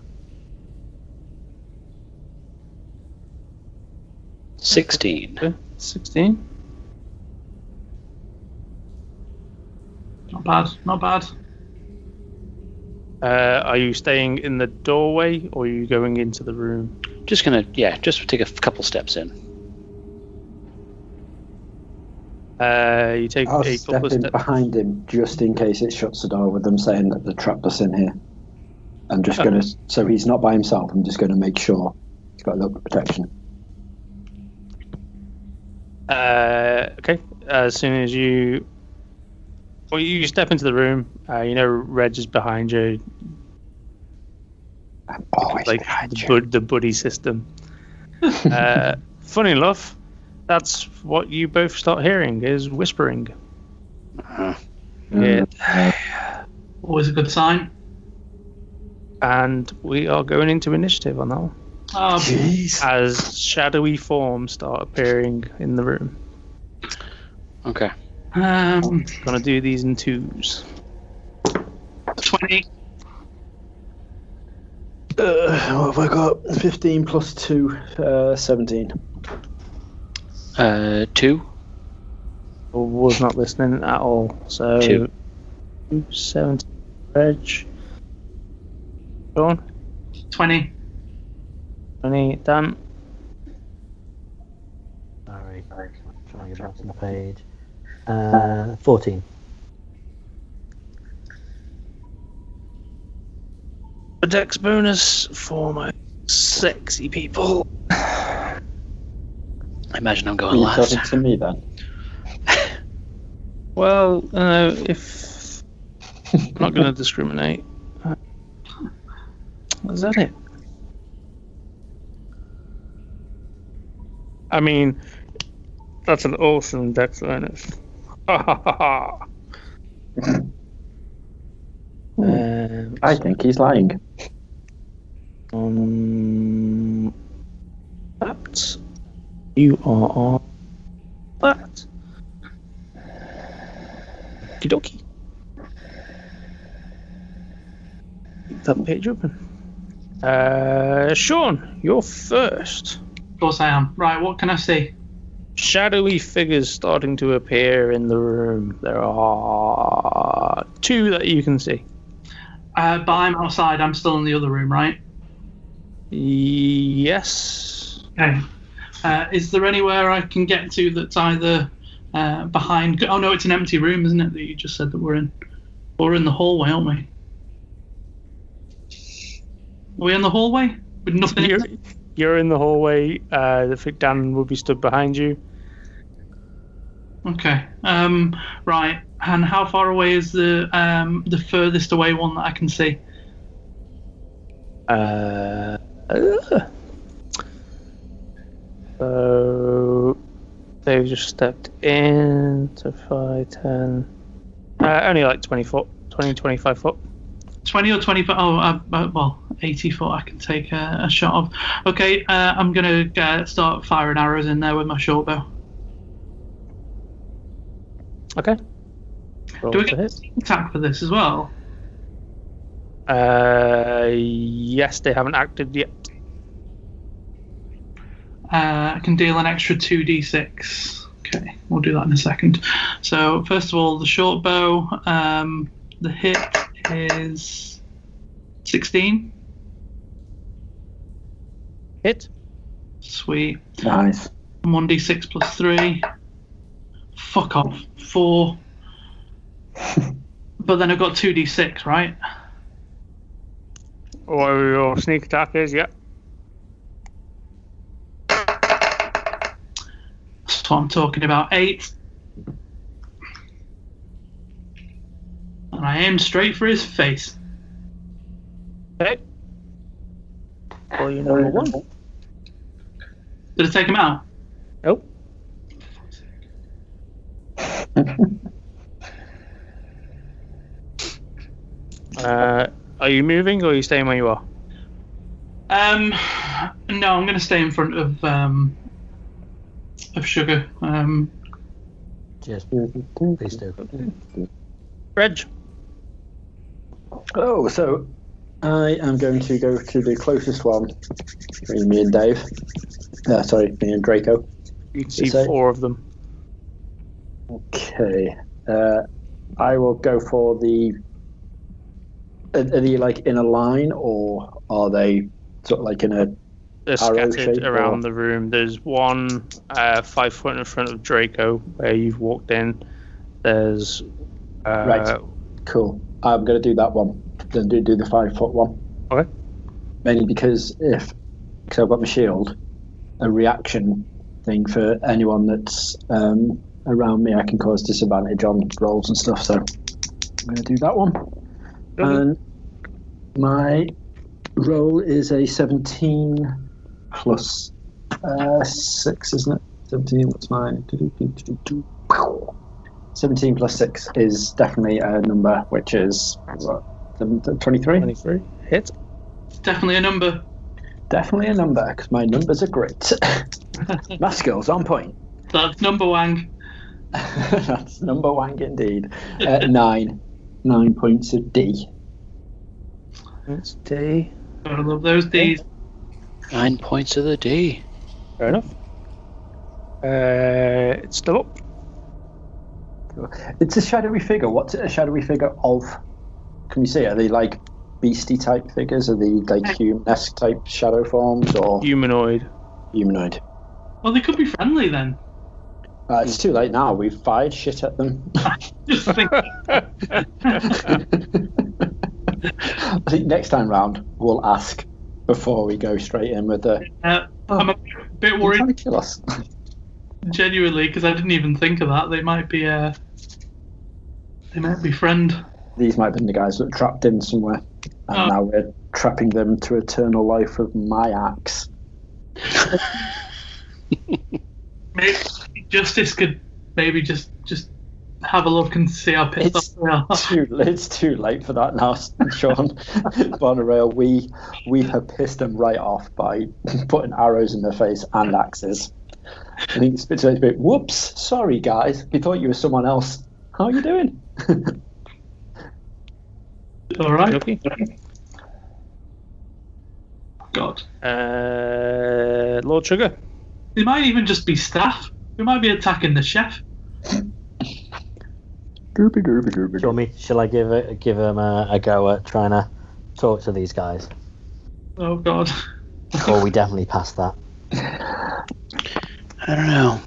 [SPEAKER 1] Sixteen.
[SPEAKER 3] 16.
[SPEAKER 5] Not bad. Not bad.
[SPEAKER 3] Uh, are you staying in the doorway or are you going into the room?
[SPEAKER 1] Just gonna, yeah, just take a f- couple steps in.
[SPEAKER 3] Uh, you take
[SPEAKER 2] I'll
[SPEAKER 3] a
[SPEAKER 2] step
[SPEAKER 3] couple
[SPEAKER 2] in
[SPEAKER 3] of steps.
[SPEAKER 2] behind him just in case it shuts the door with them saying that they trapped us in here. I'm just
[SPEAKER 3] Oh.
[SPEAKER 2] gonna, so he's not by himself. I'm just gonna make sure he's got a little bit of protection.
[SPEAKER 3] Uh, okay. As soon as you, well, you step into the room. Uh, you know, Reg is behind you,
[SPEAKER 2] I'm always
[SPEAKER 3] like
[SPEAKER 2] Oh, behind
[SPEAKER 3] the,
[SPEAKER 2] you.
[SPEAKER 3] bud- the buddy system. uh, funny enough, that's what you both start hearing is whispering.
[SPEAKER 2] Mm-hmm.
[SPEAKER 3] Yeah.
[SPEAKER 2] Mm.
[SPEAKER 5] Always a good sign.
[SPEAKER 3] And we are going into initiative on that one.
[SPEAKER 5] Oh,
[SPEAKER 6] Jeez.
[SPEAKER 3] As shadowy forms start appearing in the room.
[SPEAKER 1] Okay.
[SPEAKER 5] Um,
[SPEAKER 3] Gonna do these in twos.
[SPEAKER 5] 20.
[SPEAKER 2] Uh, what have I got? 15 plus 2, uh, 17.
[SPEAKER 1] Uh, two.
[SPEAKER 3] I was not listening at all. So
[SPEAKER 1] Two.
[SPEAKER 3] two, seven, Reg. Sean,
[SPEAKER 5] 20.
[SPEAKER 3] Tony, Dan.
[SPEAKER 4] Sorry, trying to get back to the page. Uh, 14.
[SPEAKER 3] A dex bonus for my sexy people.
[SPEAKER 1] I imagine I'm
[SPEAKER 2] Are
[SPEAKER 1] going
[SPEAKER 2] you
[SPEAKER 1] last.
[SPEAKER 2] talking to me then?
[SPEAKER 3] Well, uh, if I'm not gonna discriminate. Is that it? I mean, that's an awesome dex bonus. um,
[SPEAKER 2] I think he's lying.
[SPEAKER 3] Um, that you are on that. Kidoki. Keep that page open. Uh, Sean, you're first.
[SPEAKER 5] Of course I am. Right, what can I see?
[SPEAKER 3] Shadowy figures starting to appear in the room. There are two that you can see.
[SPEAKER 5] Uh, but I'm outside. I'm still in the other room, right?
[SPEAKER 3] Yes.
[SPEAKER 5] Okay. Uh, is there anywhere I can get to that's either uh, behind? Oh no, it's an empty room, isn't it? That you just said that we're in. We're in the hallway, aren't we? Are we in the hallway with nothing. in
[SPEAKER 3] You're,
[SPEAKER 5] it?
[SPEAKER 3] you're in the hallway. Uh, the fig Dan will be stood behind you.
[SPEAKER 5] Okay. Um. Right. And how far away is the um the furthest away one that I can see?
[SPEAKER 3] Uh, uh. so they've just stepped in to 5, 10, uh, only like 20 foot, 20, 25 foot.
[SPEAKER 5] Twenty or twenty foot? Oh, uh, uh, well, eighty foot. I can take a, a shot of. Okay. Uh, I'm gonna uh, start firing arrows in there with my short bow.
[SPEAKER 3] Okay. Roll
[SPEAKER 5] Do we
[SPEAKER 3] to
[SPEAKER 5] get
[SPEAKER 3] hit.
[SPEAKER 5] sneak attack for this as well?
[SPEAKER 3] Uh, yes, they haven't acted yet.
[SPEAKER 5] Uh, I can deal an extra 2d6. Okay, we'll do that in a second. So, first of all, the short bow, um, the hit is 16.
[SPEAKER 3] Hit.
[SPEAKER 5] Sweet.
[SPEAKER 2] Nice.
[SPEAKER 5] 1d6 plus 3. Fuck off. 4. but then I've got 2d6, right?
[SPEAKER 3] Or your sneak attack is, yeah.
[SPEAKER 5] That's what I'm talking about. 8. And I aim straight for his face.
[SPEAKER 3] Okay. Well, you number one.
[SPEAKER 5] Did I take him out?
[SPEAKER 3] Nope. Uh, are you moving or are you staying where you are?
[SPEAKER 5] Um, no, I'm going to stay in front of um, of sugar. Um,
[SPEAKER 4] Cheers. Please do.
[SPEAKER 3] Reg.
[SPEAKER 2] Oh, so I am going to go to the closest one between me and Dave. Uh, sorry, me and Draco.
[SPEAKER 3] You can see
[SPEAKER 2] Yes, I-
[SPEAKER 3] four of them.
[SPEAKER 2] Okay. Uh, I will go for the. Are, are they like in a line or are they sort of like in a.
[SPEAKER 3] They're
[SPEAKER 2] Arrow
[SPEAKER 3] scattered
[SPEAKER 2] shape
[SPEAKER 3] around
[SPEAKER 2] or-
[SPEAKER 3] the room. There's one uh, five foot in front of Draco where you've walked in. There's uh,
[SPEAKER 2] Right. Cool. I'm going to do that one. Then do, do the five foot one.
[SPEAKER 3] Okay.
[SPEAKER 2] Mainly because if. Because I've got my shield, a reaction thing for anyone that's um, around me, I can cause disadvantage on rolls and stuff. So I'm going to do that one. And my roll is a 17 plus uh, 6, isn't it? 17, what's mine? 17 plus 6 is definitely a number which is what, the- the 23?
[SPEAKER 3] 23. Hit.
[SPEAKER 5] it's definitely a number.
[SPEAKER 2] Definitely a number because my numbers are great. My skills on point.
[SPEAKER 5] That's number wang.
[SPEAKER 2] That's number wank indeed. Uh, nine. Nine points of D.
[SPEAKER 6] It's D.
[SPEAKER 5] I love those D's.
[SPEAKER 1] Nine points of the D.
[SPEAKER 6] Fair enough.
[SPEAKER 3] Uh, it's still up.
[SPEAKER 2] It's a shadowy figure. What's it a shadowy figure of? Can you see? Are they like beastie type figures? Are they like human-esque type shadow forms or
[SPEAKER 3] Humanoid.
[SPEAKER 2] humanoid?
[SPEAKER 5] Well, they could be friendly then.
[SPEAKER 2] Uh, it's too late now. We've fired shit at them.
[SPEAKER 5] Just think.
[SPEAKER 2] I think next time round we'll ask before we go straight in with the.
[SPEAKER 5] uh, I'm a bit
[SPEAKER 2] You're
[SPEAKER 5] worried
[SPEAKER 2] trying to kill us.
[SPEAKER 5] genuinely because I didn't even think of that. They might be uh, they might be friend.
[SPEAKER 2] These might have been the guys that were trapped in somewhere, and
[SPEAKER 5] Oh.
[SPEAKER 2] now we're trapping them to eternal life with my axe.
[SPEAKER 5] Maybe Justice could maybe just just have a look and see how pissed
[SPEAKER 2] It's-
[SPEAKER 5] off they are.
[SPEAKER 2] too, it's too late for that now, Sean. Bonnerail, we we have pissed them right off by putting arrows in their face and axes. I think it's a bit too late to be, whoops, sorry guys, we thought you were someone else. How are you doing?
[SPEAKER 5] All right.
[SPEAKER 3] Okay.
[SPEAKER 5] God,
[SPEAKER 3] Uh, Lord Sugar.
[SPEAKER 5] they might even just be staff. We might be attacking the chef.
[SPEAKER 2] Derby, derby, derby,
[SPEAKER 4] Shall, me, shall I give a, give him a, a go at trying to talk to these guys?
[SPEAKER 5] Oh God.
[SPEAKER 4] Or we definitely passed that.
[SPEAKER 1] I don't know.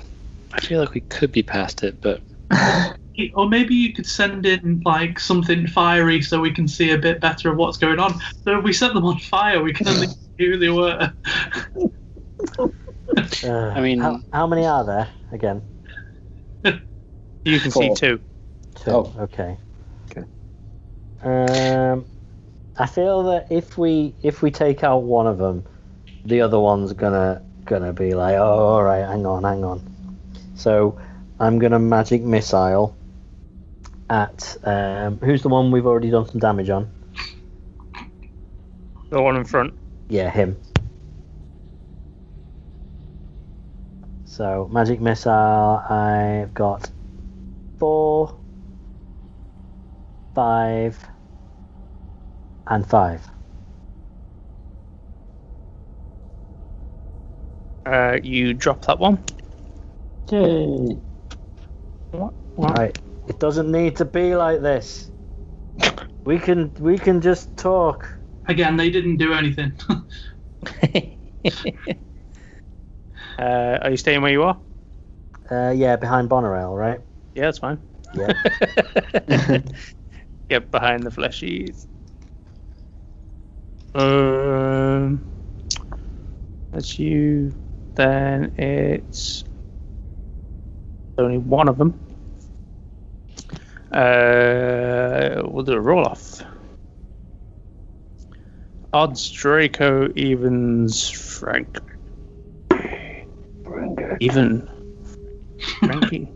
[SPEAKER 1] I feel like we could be past it, but
[SPEAKER 5] Or maybe you could send in like something fiery so we can see a bit better of what's going on. So if we set them on fire, we can at least see who they were.
[SPEAKER 4] Uh,
[SPEAKER 1] I mean-
[SPEAKER 4] how, how many are there again?
[SPEAKER 3] You can see
[SPEAKER 2] Four.
[SPEAKER 3] two.
[SPEAKER 4] Two.
[SPEAKER 2] Oh.
[SPEAKER 4] Okay.
[SPEAKER 2] Okay.
[SPEAKER 4] Um, I feel that if we if we take out one of them, the other one's gonna gonna be like, oh, all right, hang on, hang on. So I'm gonna magic missile at um, who's the one we've already done some damage on?
[SPEAKER 3] The one in front.
[SPEAKER 4] Yeah, him. So magic missile. I've got four, five, and five.
[SPEAKER 3] Uh, you drop that one.
[SPEAKER 2] Yay.
[SPEAKER 4] All right. It doesn't need to be like this. We can we can just talk.
[SPEAKER 5] Again, they didn't do anything.
[SPEAKER 3] Uh, are you staying where you are?
[SPEAKER 4] Uh, yeah, behind Bonnerail, right?
[SPEAKER 3] Yeah, that's fine.
[SPEAKER 4] Yeah.
[SPEAKER 3] Get behind the fleshies. Um, that's you. Then it's only one of them. Uh, we'll do a roll off. Odds Draco, evens Frank. Even Frankie.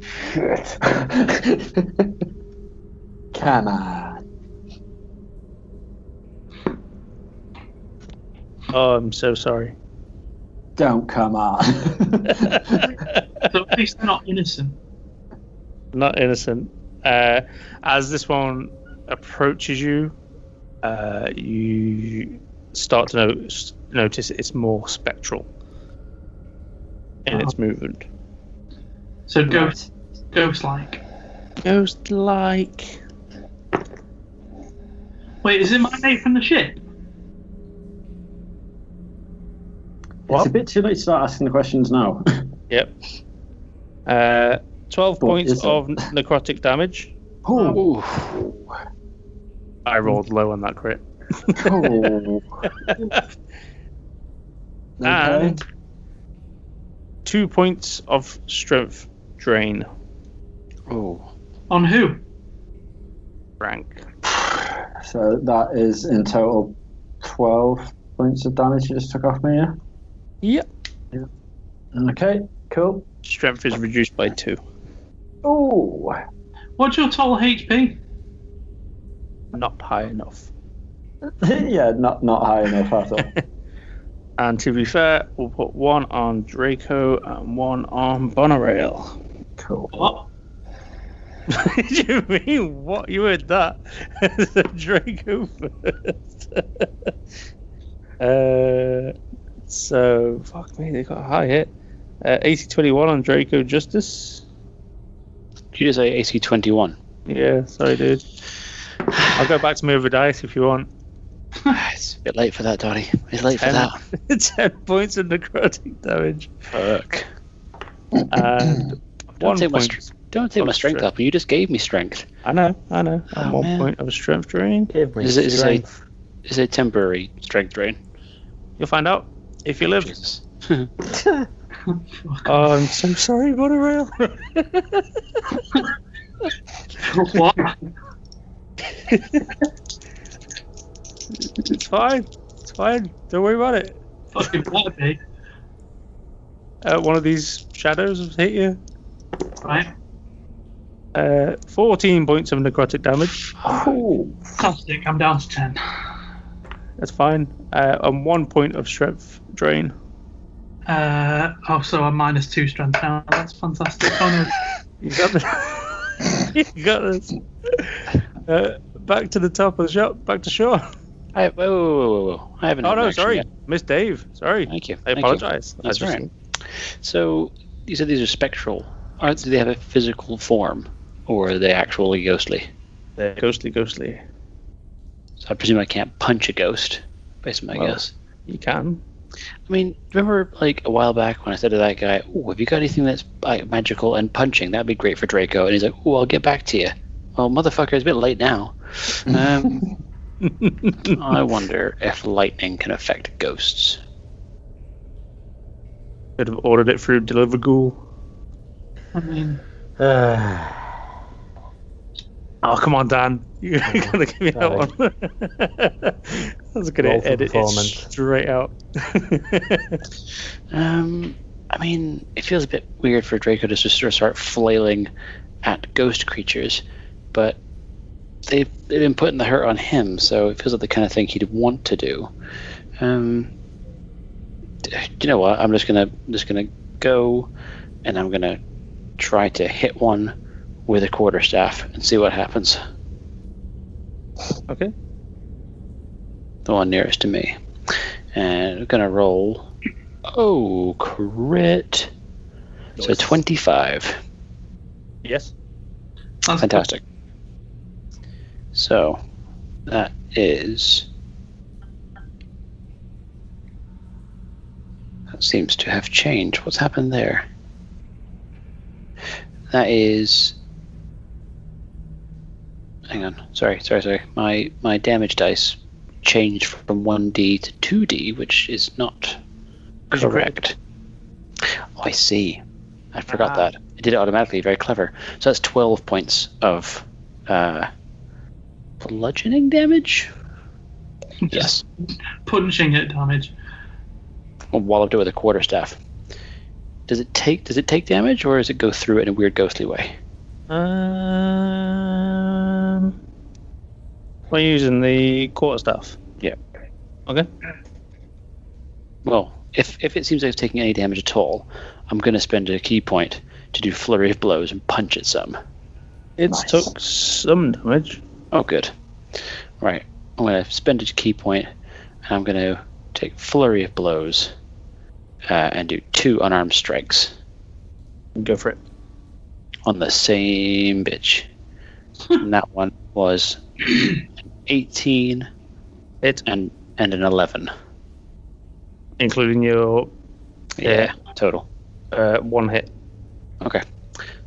[SPEAKER 2] Come on.
[SPEAKER 3] Oh, I'm so sorry.
[SPEAKER 2] Don't come on.
[SPEAKER 5] so at least they're not innocent.
[SPEAKER 3] not innocent. Uh, as this one approaches you, uh, you start to notice, notice it's more spectral in its
[SPEAKER 2] Uh-huh.
[SPEAKER 3] movement.
[SPEAKER 5] So ghost, ghost like.
[SPEAKER 3] Ghost like.
[SPEAKER 5] Wait, is it my mate from the ship?
[SPEAKER 2] It's a bit too late to start asking the questions now.
[SPEAKER 3] Yep. Uh, 12
[SPEAKER 2] What
[SPEAKER 3] points
[SPEAKER 2] is it?
[SPEAKER 3] of necrotic damage.
[SPEAKER 2] Oh,
[SPEAKER 1] Ooh.
[SPEAKER 3] I rolled low on that crit.
[SPEAKER 2] oh.
[SPEAKER 3] And two points of strength drain,
[SPEAKER 1] Ooh.
[SPEAKER 5] On who?
[SPEAKER 3] Frank.
[SPEAKER 2] So that is in total 12 points of damage you just took off me, yeah?
[SPEAKER 3] Yep.
[SPEAKER 2] Okay, cool.
[SPEAKER 3] Strength is reduced by two.
[SPEAKER 2] Oh,
[SPEAKER 5] What's your total HP?
[SPEAKER 3] Not high enough.
[SPEAKER 2] yeah, not not high enough at all.
[SPEAKER 3] And to be fair, we'll put one on Draco and one on Bonnerail.
[SPEAKER 2] cool.
[SPEAKER 5] What?
[SPEAKER 3] what do you mean? What? You heard that? It's a Draco first. uh, so, fuck me, they got a high hit. Uh, 80 21 on Draco Justice.
[SPEAKER 1] Did you just say AC 21?
[SPEAKER 3] Yeah, sorry, dude. I'll go back to my other dice if you want.
[SPEAKER 1] it's a bit late for that, Donnie. It's late for
[SPEAKER 3] Ten.
[SPEAKER 1] that.
[SPEAKER 3] 10 points of necrotic damage.
[SPEAKER 1] Fuck.
[SPEAKER 3] And
[SPEAKER 1] Don't
[SPEAKER 3] one
[SPEAKER 1] take, my,
[SPEAKER 3] point.
[SPEAKER 1] str- don't take my
[SPEAKER 3] Fuck,
[SPEAKER 1] strength
[SPEAKER 3] sure.
[SPEAKER 1] up. You just gave me strength.
[SPEAKER 3] I know, I know. I'm
[SPEAKER 1] Oh,
[SPEAKER 3] one
[SPEAKER 1] man.
[SPEAKER 3] point of a strength drain.
[SPEAKER 4] Give me
[SPEAKER 1] Is it- is it-
[SPEAKER 4] strength.
[SPEAKER 1] It's a temporary strength drain.
[SPEAKER 3] You'll find out if you live.
[SPEAKER 1] Jesus.
[SPEAKER 3] Oh, I'm so sorry, Monorail.
[SPEAKER 5] what?
[SPEAKER 3] it's fine. It's fine. Don't worry about it.
[SPEAKER 5] Fucking better be,
[SPEAKER 3] Uh, one of these shadows has hit you.
[SPEAKER 5] right?
[SPEAKER 3] Uh, 14 points of necrotic damage.
[SPEAKER 5] Fantastic. I'm down to ten.
[SPEAKER 3] That's fine. Uh, and one point of strength drain.
[SPEAKER 5] Uh, oh, so I'm minus two strength now. That's fantastic. Oh,
[SPEAKER 3] You got this. you got this. Uh, back to the top of the shop. Back to shore.
[SPEAKER 1] I, whoa, whoa, whoa, whoa, whoa. I haven't.
[SPEAKER 3] Oh
[SPEAKER 1] had an
[SPEAKER 3] no,
[SPEAKER 1] action
[SPEAKER 3] sorry,
[SPEAKER 1] yet.
[SPEAKER 3] Miss Dave. Sorry,
[SPEAKER 1] Thank you.
[SPEAKER 3] I
[SPEAKER 1] Thank you.
[SPEAKER 3] apologise. I
[SPEAKER 1] That's
[SPEAKER 3] just-
[SPEAKER 1] right. So you said these are spectral. Are do they have a physical form, or are they actually ghostly?
[SPEAKER 3] They're ghostly, ghostly.
[SPEAKER 1] So I presume I can't punch a ghost, based on my
[SPEAKER 3] Well-
[SPEAKER 1] guess.
[SPEAKER 3] You can.
[SPEAKER 1] I mean, remember like a while back when I said to that guy, "Ooh, have you got anything that's like, magical and punching? That'd be great for Draco." And he's like, "Ooh, I'll get back to you." Well, motherfucker, it's a bit late now. Um, I wonder if lightning can affect ghosts.
[SPEAKER 3] Could have ordered it through Deliver Ghoul.
[SPEAKER 5] no. I mean,
[SPEAKER 4] Uh,
[SPEAKER 3] Oh come on, Dan. You're gonna give me that
[SPEAKER 4] sorry.
[SPEAKER 3] one. That's gonna
[SPEAKER 4] Roll for
[SPEAKER 3] edit it
[SPEAKER 4] performance.
[SPEAKER 3] straight out.
[SPEAKER 1] Um, I mean, it feels a bit weird for Draco to just sort of start flailing at ghost creatures, but they've they've been putting the hurt on him, so it feels like the kind of thing he'd want to do. Um, d- you know what? I'm just gonna just gonna go, and I'm gonna try to hit one with a quarterstaff and see what happens.
[SPEAKER 3] okay.
[SPEAKER 1] the one nearest to me. And I'm gonna roll. Oh, crit. So 25.
[SPEAKER 3] Yes.
[SPEAKER 5] that's
[SPEAKER 1] Fantastic. So that is. That seems to have changed. What's happened there? That is. Hang on. Sorry, sorry, sorry. My my damage dice changed from 1d to 2d, which is not
[SPEAKER 3] Is it correct?
[SPEAKER 1] correct. Oh, I see. I forgot
[SPEAKER 3] Ah.
[SPEAKER 1] that. I did it automatically. Very clever. So that's 12 points of uh, bludgeoning damage?
[SPEAKER 5] Just
[SPEAKER 1] Yes.
[SPEAKER 5] punching hit damage.
[SPEAKER 1] A walloped it with a quarterstaff. Does it take does it take damage or does it go through it in a weird ghostly way?
[SPEAKER 3] Um, we're using the quarterstaff.
[SPEAKER 1] Yeah.
[SPEAKER 3] Okay.
[SPEAKER 1] Well, if if it seems like it's taking any damage at all, I'm gonna spend a key point to do flurry of blows and punch at some.
[SPEAKER 3] It's
[SPEAKER 2] Nice.
[SPEAKER 3] took some damage.
[SPEAKER 1] Oh, good. Right. I'm going to spend a key point, and I'm going to take Flurry of Blows uh, and do two unarmed strikes
[SPEAKER 3] Go for it.
[SPEAKER 1] on the same bitch. and that one was an 18
[SPEAKER 3] Hit.
[SPEAKER 1] and, and an 11.
[SPEAKER 3] including your Yeah.
[SPEAKER 1] Total.
[SPEAKER 3] uh, one hit.
[SPEAKER 1] Okay.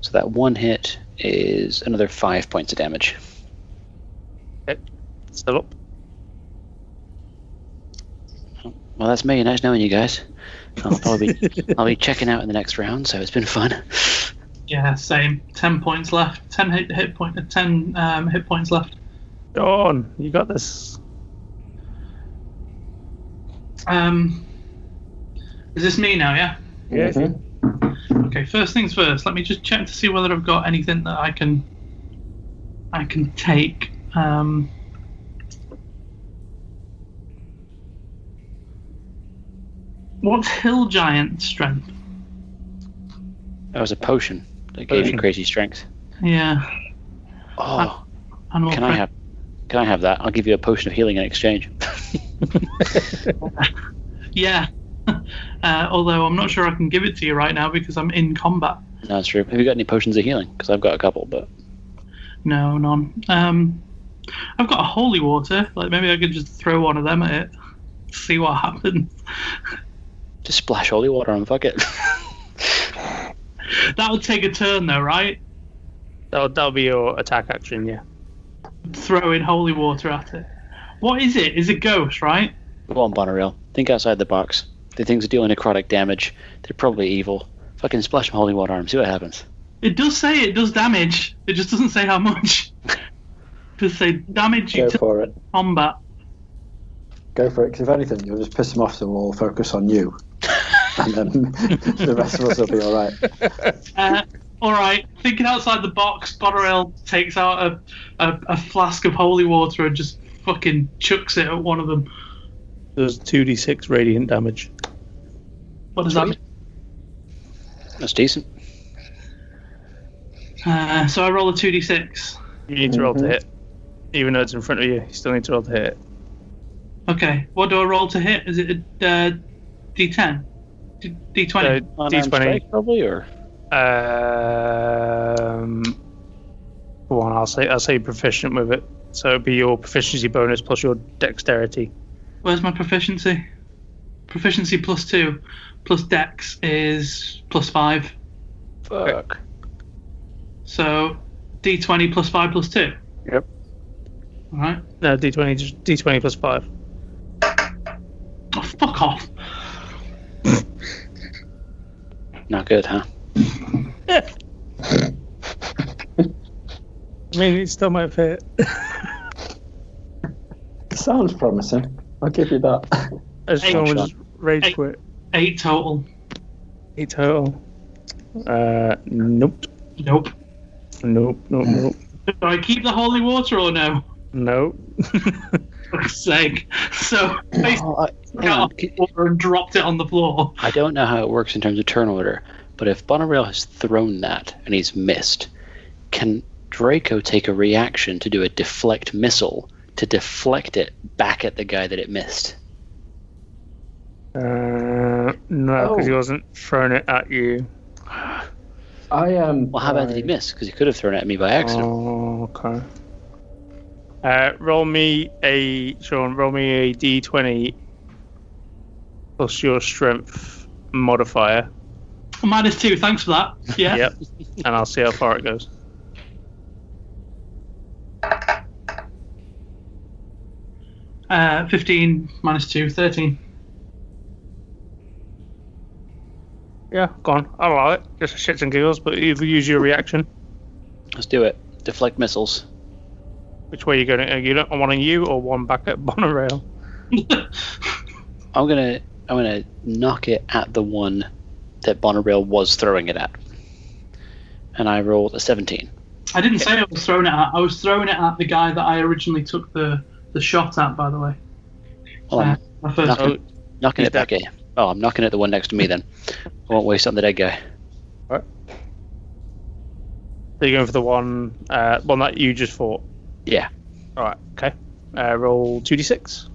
[SPEAKER 1] So that one hit is another five points of damage.
[SPEAKER 3] Still up.
[SPEAKER 1] Well, that's me. Nice knowing you guys. I'll probably I'll be checking out in the next round, so it's been fun.
[SPEAKER 5] Yeah, same. Ten points left. Ten hit, hit point. Ten um, hit points left.
[SPEAKER 3] Go on, you got this.
[SPEAKER 5] Um, is this me now? Yeah.
[SPEAKER 3] Yeah.
[SPEAKER 2] Mhm.
[SPEAKER 5] Okay. First things first. Let me just check to see whether I've got anything that I can, I can take. Um, what's hill giant strength?
[SPEAKER 1] That was a potion that gave you
[SPEAKER 3] Potion.
[SPEAKER 1] crazy strength.
[SPEAKER 5] Yeah.
[SPEAKER 1] Oh,
[SPEAKER 5] Animal
[SPEAKER 1] can I have? Can I have that? I'll give you a potion of healing in exchange.
[SPEAKER 5] Yeah. Uh, although I'm not sure I can give it to you right now because I'm in combat.
[SPEAKER 1] No, That's true. Have you got any potions of healing? Because I've got a couple, but
[SPEAKER 5] No, none. Um, I've got a holy water. Like maybe I could just throw one of them at it, see what happens.
[SPEAKER 1] just splash holy water on. Fuck it.
[SPEAKER 5] That would take a turn though, right?
[SPEAKER 3] That'll, that'll be your attack action, yeah.
[SPEAKER 5] Throwing holy water at it. What is it? Is it ghost, right?
[SPEAKER 1] Go on, Bonnerill. Think outside the box. The things are dealing necrotic damage. They're probably evil. Fucking splash some holy water on 'em, See what happens.
[SPEAKER 5] It does say it does damage. It just doesn't say how much. Just say damage you
[SPEAKER 2] Go
[SPEAKER 5] to
[SPEAKER 2] for it.
[SPEAKER 5] combat.
[SPEAKER 2] Go for it. Because if anything, you'll just piss them off, so we'll focus on you, and then the rest of us will be all right.
[SPEAKER 5] Uh, all right. Thinking outside the box, Botterell takes out a, a a flask of holy water and just fucking chucks it at one of them.
[SPEAKER 3] Does 2d6 radiant damage.
[SPEAKER 5] What does that mean?
[SPEAKER 1] That's decent.
[SPEAKER 5] Uh, so I roll a 2d6.
[SPEAKER 3] You need to roll to hit. Even though it's in front of you, you still need to roll to hit.
[SPEAKER 5] Okay, what do I roll to hit? Is it a uh, d10? D- d20?
[SPEAKER 3] So,
[SPEAKER 1] Unarmed
[SPEAKER 3] d20.
[SPEAKER 1] strike, probably, or
[SPEAKER 3] Um, go on, I'll say I'll say you're proficient with it. So it'd be your proficiency bonus plus your dexterity.
[SPEAKER 5] Where's my proficiency? Proficiency plus 2, plus dex is plus 5.
[SPEAKER 1] fuck.
[SPEAKER 5] So d20 plus 5 plus 2.
[SPEAKER 3] Yep.
[SPEAKER 5] Alright.
[SPEAKER 3] No, d20, just d20 plus five.
[SPEAKER 5] Oh, fuck off.
[SPEAKER 1] Not good, huh?
[SPEAKER 3] I mean, it still might have hit.
[SPEAKER 2] Sounds promising. I'll give you that.
[SPEAKER 3] As
[SPEAKER 5] Eight
[SPEAKER 3] someone
[SPEAKER 1] shot.
[SPEAKER 3] just rage
[SPEAKER 5] Eight.
[SPEAKER 3] quit.
[SPEAKER 5] 8 total.
[SPEAKER 3] Eight total. Uh, nope,
[SPEAKER 5] Nope.
[SPEAKER 3] nope, nope, nope,
[SPEAKER 5] Do I keep the holy water or no?
[SPEAKER 3] nope.
[SPEAKER 5] Fuck's sake. So basically,
[SPEAKER 1] Oh, I, hang on.
[SPEAKER 5] got the water and dropped it on the floor.
[SPEAKER 1] I don't know how it works in terms of turn order, but if Bonnerill has thrown that and he's missed, can Draco take a reaction to do a deflect missile to deflect it back at the guy that it missed?
[SPEAKER 3] uh, no, because he wasn't throwing it at you.
[SPEAKER 2] I um.
[SPEAKER 1] Well, how bad did he miss? Because he could have thrown it at me by accident.
[SPEAKER 3] Oh, okay. Uh, roll me a Sean. Roll me a d20 plus your strength modifier.
[SPEAKER 5] Minus 2, thanks for that. Yeah.
[SPEAKER 3] Yep. and I'll see how far it goes.
[SPEAKER 5] Uh, 15 minus 2, 13.
[SPEAKER 3] Yeah, go on. I allow it. Just shits and giggles, but you use your reaction.
[SPEAKER 1] Let's do it. Deflect missiles.
[SPEAKER 3] Which way are you going? Are you not- one on you or one back at Bonnerail?
[SPEAKER 1] I'm gonna I'm gonna knock it at the one that Bonnerill was throwing it at. And I rolled a 17.
[SPEAKER 5] I didn't say I was throwing it at. I was throwing it at the guy that I originally took the, the shot at, by the way. Uh,
[SPEAKER 1] Well, I'm
[SPEAKER 5] My first
[SPEAKER 1] knocking,
[SPEAKER 3] Oh,
[SPEAKER 1] knocking
[SPEAKER 3] he's
[SPEAKER 1] it back at Oh, I'm knocking at the one next to me then. I won't waste on the dead guy.
[SPEAKER 3] So you're going for the one, uh, one that you just fought.
[SPEAKER 1] Yeah.
[SPEAKER 3] All right. Okay. Uh, roll two d six.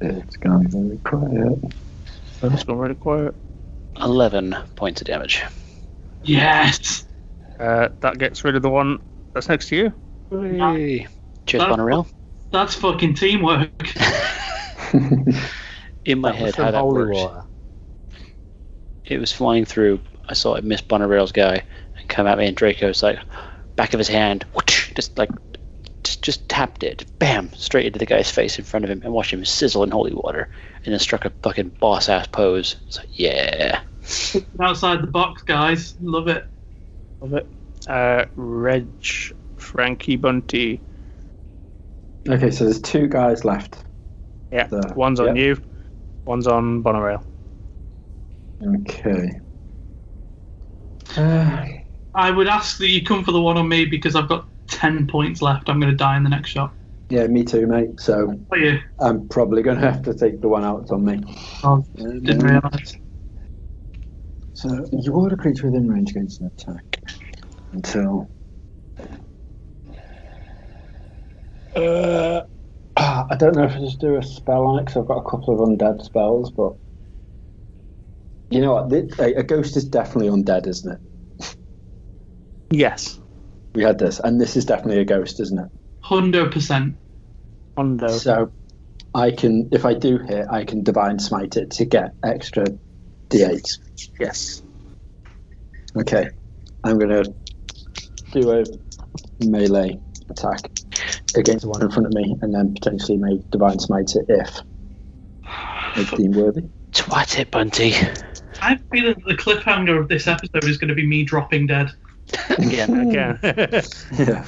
[SPEAKER 2] It's gonna be very quiet.
[SPEAKER 3] It's gone really quiet.
[SPEAKER 1] 11 points of damage.
[SPEAKER 5] Yes!
[SPEAKER 3] Uh, that gets rid of the one that's next to you.
[SPEAKER 1] Yay. Cheers,
[SPEAKER 5] That-
[SPEAKER 1] Bonnerill.
[SPEAKER 5] That's fucking teamwork.
[SPEAKER 1] In my
[SPEAKER 4] That was
[SPEAKER 1] head,
[SPEAKER 4] some
[SPEAKER 1] how that
[SPEAKER 4] holy
[SPEAKER 1] works.
[SPEAKER 4] water.
[SPEAKER 1] It was flying through. I saw it miss Bonnerill's guy and come at me, and Draco's like, back of his hand, just like, just, just tapped it, bam, straight into the guy's face in front of him and watched him sizzle in holy water, and then struck a fucking boss ass pose. It's like, yeah.
[SPEAKER 5] Outside the box, guys. Love it.
[SPEAKER 3] Love it. Uh, Reg, Frankie Bunty.
[SPEAKER 2] Okay, so there's two guys left.
[SPEAKER 3] Yeah.
[SPEAKER 2] There.
[SPEAKER 3] One's on
[SPEAKER 2] Yep.
[SPEAKER 3] you. One's on Bonnerail.
[SPEAKER 2] Okay. Uh,
[SPEAKER 5] I would ask that you come for the one on me because I've got 10 points left. I'm going to die in the next shot.
[SPEAKER 2] Yeah, me too, mate. So
[SPEAKER 5] Oh, yeah.
[SPEAKER 2] I'm probably going to have to take the one out on me.
[SPEAKER 5] Oh,
[SPEAKER 2] Um,
[SPEAKER 5] didn't realise.
[SPEAKER 2] So you order a creature within range against an attack until. Uh, ah, I don't know if I just do a spell on it because I've got a couple of undead spells, but you know what? Th- a, a ghost is definitely undead, isn't it?
[SPEAKER 3] Yes.
[SPEAKER 2] We had this, and this is definitely a ghost, isn't it?
[SPEAKER 5] 100%.
[SPEAKER 3] Hondo.
[SPEAKER 2] So I can, if I do hit, I can divine smite it to get extra d8.
[SPEAKER 3] Yes.
[SPEAKER 2] Okay, I'm gonna do a melee attack against the one in front of me, and then potentially may divine smite it if it's deemed worthy.
[SPEAKER 1] Twat it, Bunty.
[SPEAKER 5] I feel that the cliffhanger of this episode is going to be me dropping dead.
[SPEAKER 1] Again.
[SPEAKER 3] Again.
[SPEAKER 2] Yeah.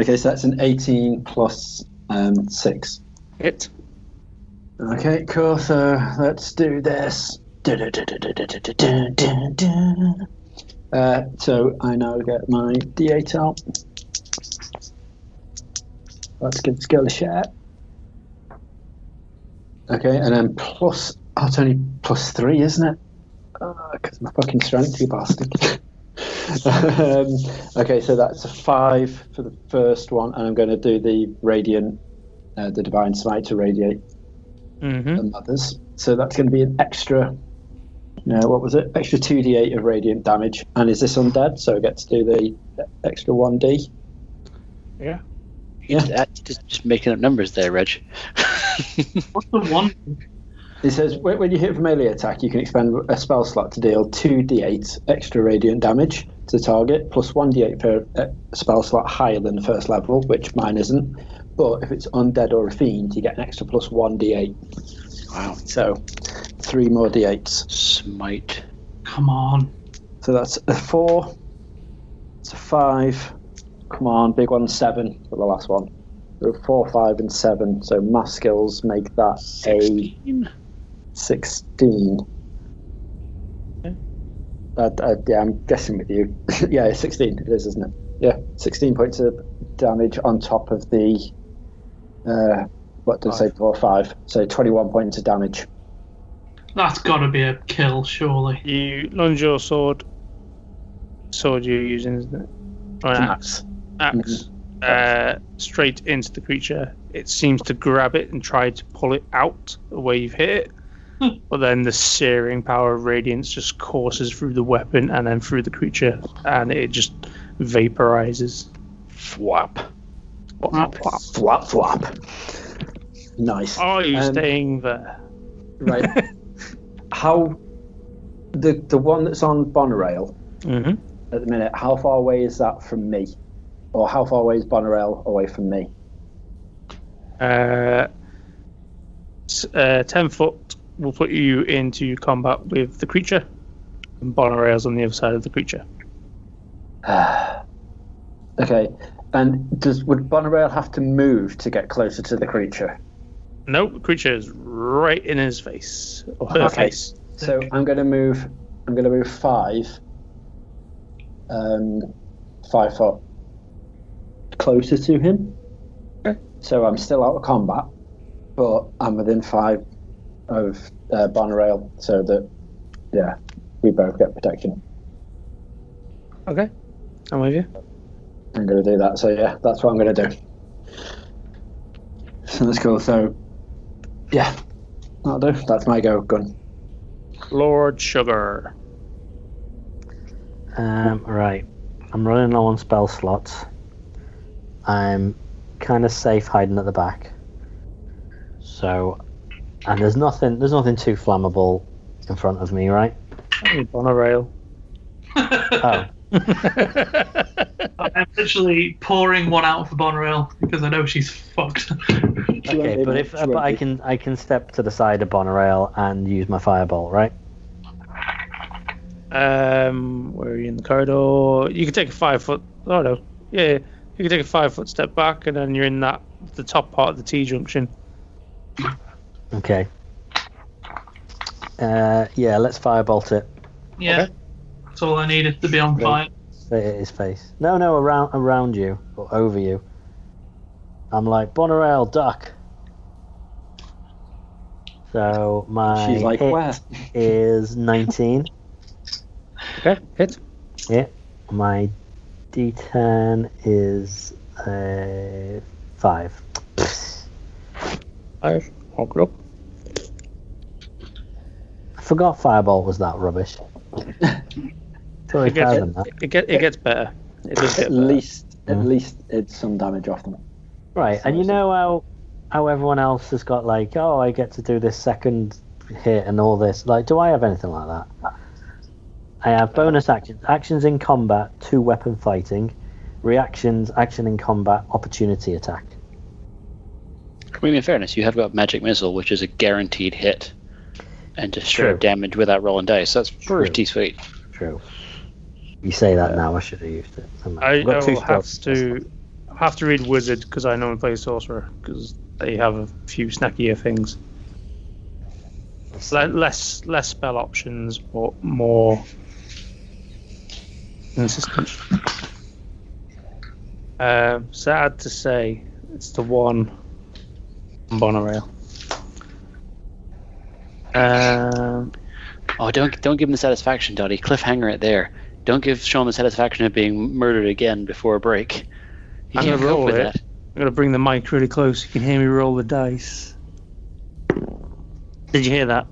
[SPEAKER 2] Okay, so that's an 18 plus um, six.
[SPEAKER 3] Hit.
[SPEAKER 2] Okay, cool. So let's do this. Uh, so I now get my d8 out. Let's give this girl a shot. Okay, and then plus. Oh, it's only plus three, isn't it? Because my fucking strength, you bastard. um, okay, so that's a five for the first one, and I'm going to do the radiant, uh, the divine smite to radiate
[SPEAKER 3] Mm-hmm.
[SPEAKER 2] than others. So that's going to be an extra. No, what was it? Extra two d8 of radiant damage. And is this undead? So I get to do the extra one d.
[SPEAKER 1] You just- uh, Just, just making up numbers there, Reg.
[SPEAKER 5] What's the one?
[SPEAKER 2] It says when when you hit from melee attack, you can expend a spell slot to deal two d8 extra radiant damage to target, plus one d8 per uh, spell slot higher than the first level, which mine isn't. But if it's undead or a fiend, you get an extra plus one d8.
[SPEAKER 1] wow.
[SPEAKER 2] So three more d8s.
[SPEAKER 1] Smite.
[SPEAKER 5] Come on.
[SPEAKER 2] So that's a four. It's a five. Come on, big one, seven for the last one. So four, five, and seven. So math skills make that a 16. Uh, uh, yeah, I'm guessing with you. yeah, it's 16 it is, isn't it? Yeah, 16 points of damage on top of the. Uh, what did I say? Four, five. So 21 points of damage.
[SPEAKER 5] That's got to be a kill, surely.
[SPEAKER 3] You lunge your sword. Sword you're using, isn't it? Oh, Or an axe. Axe.
[SPEAKER 2] Mm-hmm.
[SPEAKER 3] Uh, straight into the creature. It seems to grab it and try to pull it out the way you've hit it. but then the searing power of radiance just courses through the weapon and then through the creature, and it just vaporizes.
[SPEAKER 1] Fwap.
[SPEAKER 2] Flop, flop. Nice.
[SPEAKER 3] Are you
[SPEAKER 2] Um,
[SPEAKER 3] staying there?
[SPEAKER 2] Right. how the the one that's on Bonnerail
[SPEAKER 3] Mm-hmm.
[SPEAKER 2] at the minute? How far away is that from me, or how far away is Bonnerail away from me?
[SPEAKER 3] Uh, s- uh, 10 foot will put you into combat with the creature, and Bonorail's on the other side of the creature.
[SPEAKER 2] Okay. And does would Bonnerail have to move to get closer to the creature?
[SPEAKER 3] Nope, the creature is right in his face, or her
[SPEAKER 2] Okay.
[SPEAKER 3] face.
[SPEAKER 2] So I'm going to move. I'm going to move five. Um, five foot closer to him.
[SPEAKER 1] Okay.
[SPEAKER 2] So I'm still out of combat, but I'm within five of uh, Bonrail, so that yeah, we both get protection.
[SPEAKER 3] Okay, I'm with you.
[SPEAKER 2] I'm going to do that. So yeah, that's what I'm going to do. So that's cool. So yeah, that'll do. That's my go gun.
[SPEAKER 3] Lord Sugar.
[SPEAKER 4] Um, right. I'm running low on spell slots. I'm kind of safe hiding at the back. So, and there's nothing. There's nothing too flammable in front of me, right?
[SPEAKER 3] Hey, Bonorail.
[SPEAKER 4] Oh,
[SPEAKER 5] I'm literally pouring one out for Bonrail because I know she's fucked.
[SPEAKER 4] okay. But if but I can I can step to the side of Bonorail and use my firebolt, right?
[SPEAKER 3] um, where are you in the corridor? You can take a five foot. Oh no, yeah, yeah. you can take a five foot step back, and then you're in that the top part of the T junction.
[SPEAKER 4] Okay. Uh, yeah. Let's firebolt it.
[SPEAKER 5] Yeah. That's all I needed to be on fire.
[SPEAKER 4] Straight at his face. No, no, around around you or over you. I'm like, Bonarel, duck. So my
[SPEAKER 2] She's like,
[SPEAKER 4] hit
[SPEAKER 2] where?
[SPEAKER 4] is 19.
[SPEAKER 6] Okay, hit.
[SPEAKER 4] My D10 is uh, 5.
[SPEAKER 6] Five. Walk it up.
[SPEAKER 4] I forgot Fireball was that rubbish. Totally
[SPEAKER 3] It gets,
[SPEAKER 4] proud of that.
[SPEAKER 3] it, get, it gets better. It does get
[SPEAKER 2] At
[SPEAKER 3] better.
[SPEAKER 2] least, at
[SPEAKER 4] Yeah.
[SPEAKER 2] least it's some damage off them.
[SPEAKER 4] Right, and you
[SPEAKER 2] Seriously.
[SPEAKER 4] know how how everyone else has got like, oh, I get to do this second hit and all this. Like, do I have anything like that? I have bonus actions, actions in combat, two weapon fighting, reactions, action in combat, opportunity attack.
[SPEAKER 1] I mean, in fairness, you have got magic missile, which is a guaranteed hit, and just straight up
[SPEAKER 4] True.
[SPEAKER 1] damage without rolling dice. That's pretty sweet.
[SPEAKER 4] True. You say that now. I should have used it. I'm-
[SPEAKER 3] I, I
[SPEAKER 4] I've got two
[SPEAKER 3] will have
[SPEAKER 4] spells.
[SPEAKER 3] to I have to read wizard because I normally play sorcerer because they have a few snackier things. Le- less less spell options, but more consistent. Uh, sad to say, it's the one on Bonorail. Um,
[SPEAKER 1] Oh, don't don't give him the satisfaction, Dottie. Cliffhanger it there. Don't give Sean the satisfaction of being murdered again before a break. You
[SPEAKER 3] I'm
[SPEAKER 1] can't
[SPEAKER 3] gonna
[SPEAKER 1] cope
[SPEAKER 3] roll
[SPEAKER 1] with
[SPEAKER 3] it.
[SPEAKER 1] that.
[SPEAKER 3] I'm gonna bring the mic really close. You can hear me roll the dice. Did you hear that?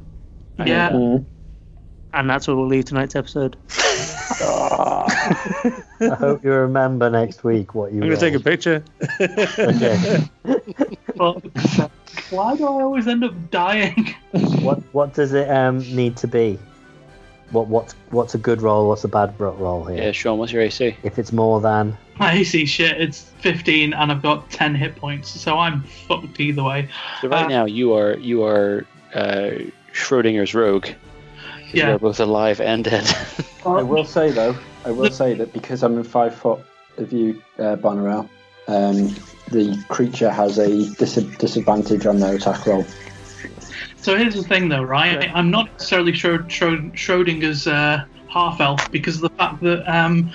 [SPEAKER 3] I heard
[SPEAKER 5] Yeah.
[SPEAKER 3] that. And that's where we'll leave tonight's episode.
[SPEAKER 4] I hope you remember next week what you.
[SPEAKER 3] I'm gonna take a picture.
[SPEAKER 4] Okay.
[SPEAKER 5] Well, why do I always end up dying?
[SPEAKER 4] What What does it um need to be? What What's What's a good roll? What's a bad ro- roll here?
[SPEAKER 1] Yeah, Sean, what's your
[SPEAKER 2] Uh,
[SPEAKER 1] AC?
[SPEAKER 4] If it's more than
[SPEAKER 5] My AC shit, it's 15 and I've got 10 hit points, so I'm fucked either way.
[SPEAKER 1] So right
[SPEAKER 5] Uh,
[SPEAKER 1] now you are you are uh, Schrodinger's rogue. 'cause You
[SPEAKER 5] Yeah.
[SPEAKER 1] are both alive and dead.
[SPEAKER 2] I will say though, I will say that because I'm in five foot of you, uh, Bonarel, um, the creature has a dis- disadvantage on their attack roll.
[SPEAKER 5] So here's the thing, though, right? I'm not necessarily Schro- Schro- Schrodinger's uh, half elf because of the fact that um,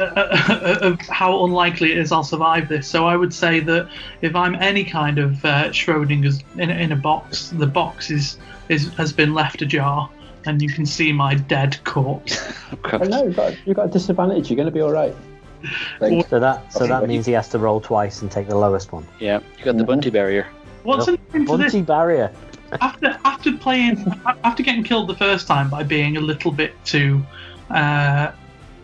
[SPEAKER 5] uh, uh, of how unlikely it is I'll survive this. So I would say that if I'm any kind of uh, Schrodinger's in, in a box, the box is, is has been left ajar, and you can see my dead corpse.
[SPEAKER 1] Oh,
[SPEAKER 2] I
[SPEAKER 1] God.
[SPEAKER 2] know you've got, you've got a disadvantage. You're going to be all right. Like,
[SPEAKER 4] so that so
[SPEAKER 2] Okay,
[SPEAKER 4] that
[SPEAKER 2] but
[SPEAKER 4] means he has to roll twice and take the lowest one.
[SPEAKER 1] Yeah, you got the
[SPEAKER 3] Mm-hmm.
[SPEAKER 2] Mhm.
[SPEAKER 1] bunty barrier.
[SPEAKER 5] What's
[SPEAKER 4] Nope.
[SPEAKER 5] the name for this?
[SPEAKER 4] Bunty barrier.
[SPEAKER 5] after after playing after getting killed the first time by being a little bit too uh,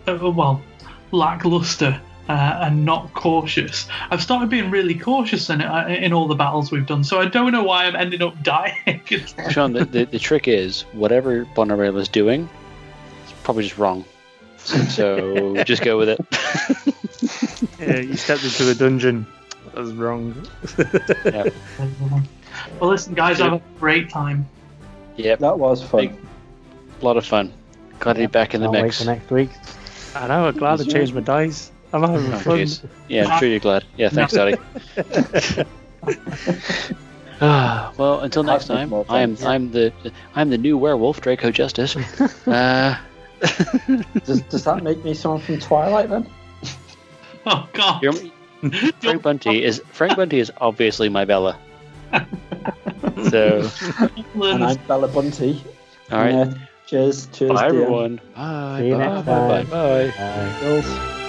[SPEAKER 5] uh, well lackluster uh, and not cautious i've started being really cautious in uh, in all the battles we've done so i don't know why i'm ending up dying
[SPEAKER 1] Sean, the, the, the trick is whatever Bonarel is doing, it's probably just wrong. So just go with it.
[SPEAKER 3] Yeah, you stepped into a dungeon. That was wrong.
[SPEAKER 5] well listen guys have a great time
[SPEAKER 1] yep,
[SPEAKER 2] that was
[SPEAKER 1] Big-
[SPEAKER 2] fun.
[SPEAKER 1] a lot of fun. Glad to be back in the
[SPEAKER 4] I'll wait
[SPEAKER 1] mix.
[SPEAKER 4] for next week.
[SPEAKER 3] I know. I'm glad I changed my dice. I'm having
[SPEAKER 1] Oh,
[SPEAKER 3] fun.
[SPEAKER 1] jeez. Yeah, I'm sure you're glad. Yeah, thanks, Dottie. Ah, well, until next
[SPEAKER 2] Cosmic
[SPEAKER 1] time,
[SPEAKER 2] more
[SPEAKER 1] I am
[SPEAKER 2] fun.
[SPEAKER 1] I'm the I'm the new werewolf, Draco Justice. Uh,
[SPEAKER 2] Does, does that make me someone from Twilight then?
[SPEAKER 5] oh god
[SPEAKER 1] your, Frank Bunty is Frank Bunty is obviously my Bella. So,
[SPEAKER 2] And I'm Bella Bunty.
[SPEAKER 1] all right,
[SPEAKER 2] Yeah. Cheers. Cheers.
[SPEAKER 1] bye
[SPEAKER 2] dear.
[SPEAKER 1] everyone. Bye.
[SPEAKER 4] See you
[SPEAKER 1] bye,
[SPEAKER 4] next
[SPEAKER 1] bye, bye.
[SPEAKER 4] time.
[SPEAKER 1] Bye.
[SPEAKER 4] Bye.
[SPEAKER 2] Cheers.